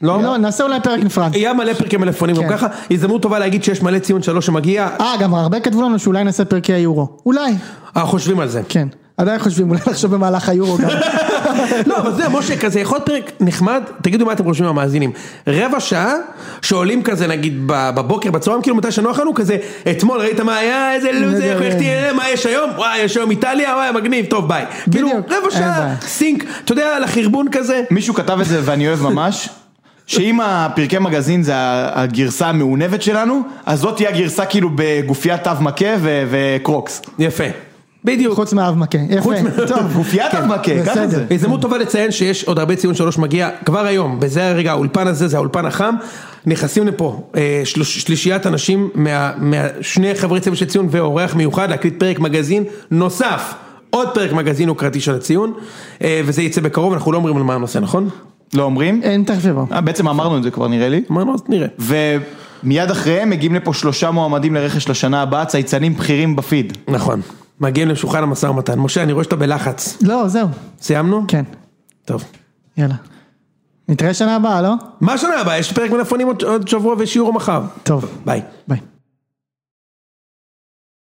S3: לא?
S1: לא, נעשה אולי פרק נפרד.
S3: היה מלא פרקי מלפפונים גם
S1: כן.
S3: ככה, הזדמנות טובה להגיד שיש מלא ציון שלוש שמגיע,
S1: אה, גם הרבה כתבו לנו שאולי נעשה פרקי היורו. אולי,
S3: אה, חושבים על זה.
S1: כן. עדיין חושבים, אולי נחשוב במהלך היורו גם.
S3: לא, אבל זה, משה, כזה יכול להיות פרק נחמד, תגידו מה אתם חושבים המאזינים. רבע שעה שעולים כזה, נגיד, ב- בבוקר, בצהריים, כאילו מתי שנוח לנו, כזה, אתמול ראית מה היה,
S1: לא
S3: איזה לוזר,
S1: לגמרי.
S3: איך תראה, מה יש היום? וואי, יש היום איטליה, וואי, מגניב, טוב, ביי. כאילו,
S1: בדיוק,
S3: רבע
S1: אין
S3: שעה,
S1: בעיה.
S3: סינק, אתה יודע, על החרבון כזה.
S2: מישהו כתב את זה ואני אוהב ממש, שאם הפרקי מגזין זה הגרסה המעונבת שלנו, אז זאת תהיה הגרסה כאילו בגופיית תו מכה ו- וקרוקס.
S3: יפה. בדיוק.
S1: חוץ מהאב מכה.
S2: חוץ
S1: יפה,
S2: מ-
S1: כן, טוב.
S2: גופיית תו מכה, ככה
S1: בסדר.
S2: זה.
S3: הזדמנות טובה לציין שיש עוד הרבה ציון שלוש מגיע כבר היום, בזה הרגע האולפן הזה זה האולפן החם, נכנסים לפה אה, שלוש, שלישיית אנשים, מה, מה, שני חברי צוות של ציון ואורח מיוחד להקליט פרק מגזין נוסף, עוד פרק מגזין יוקרתי של הציון, אה, וזה יצא בקרוב, אנחנו לא אומרים על מה הנושא נכון?
S2: לא אומרים?
S1: אין, תכף יבוא.
S2: אה, בעצם אמרנו את זה כבר נראה לי.
S3: אמרנו אז נראה.
S2: ומיד אחריהם מגיעים לפה שלושה מועמדים לרכש לשנה הבאה, צייצנים בכירים בפיד.
S3: נכון, מגיעים לשולחן המשא ומתן, משה אני רואה שאתה בלחץ,
S1: לא, זהו.
S3: סיימנו?
S1: כן,
S3: טוב.
S1: יאללה. נתראה שנה הבאה, לא?
S3: מה שנה הבאה? יש פרק מלפונים עוד, עוד שבוע ושיעור מחר.
S1: טוב.
S3: ביי.
S1: ביי.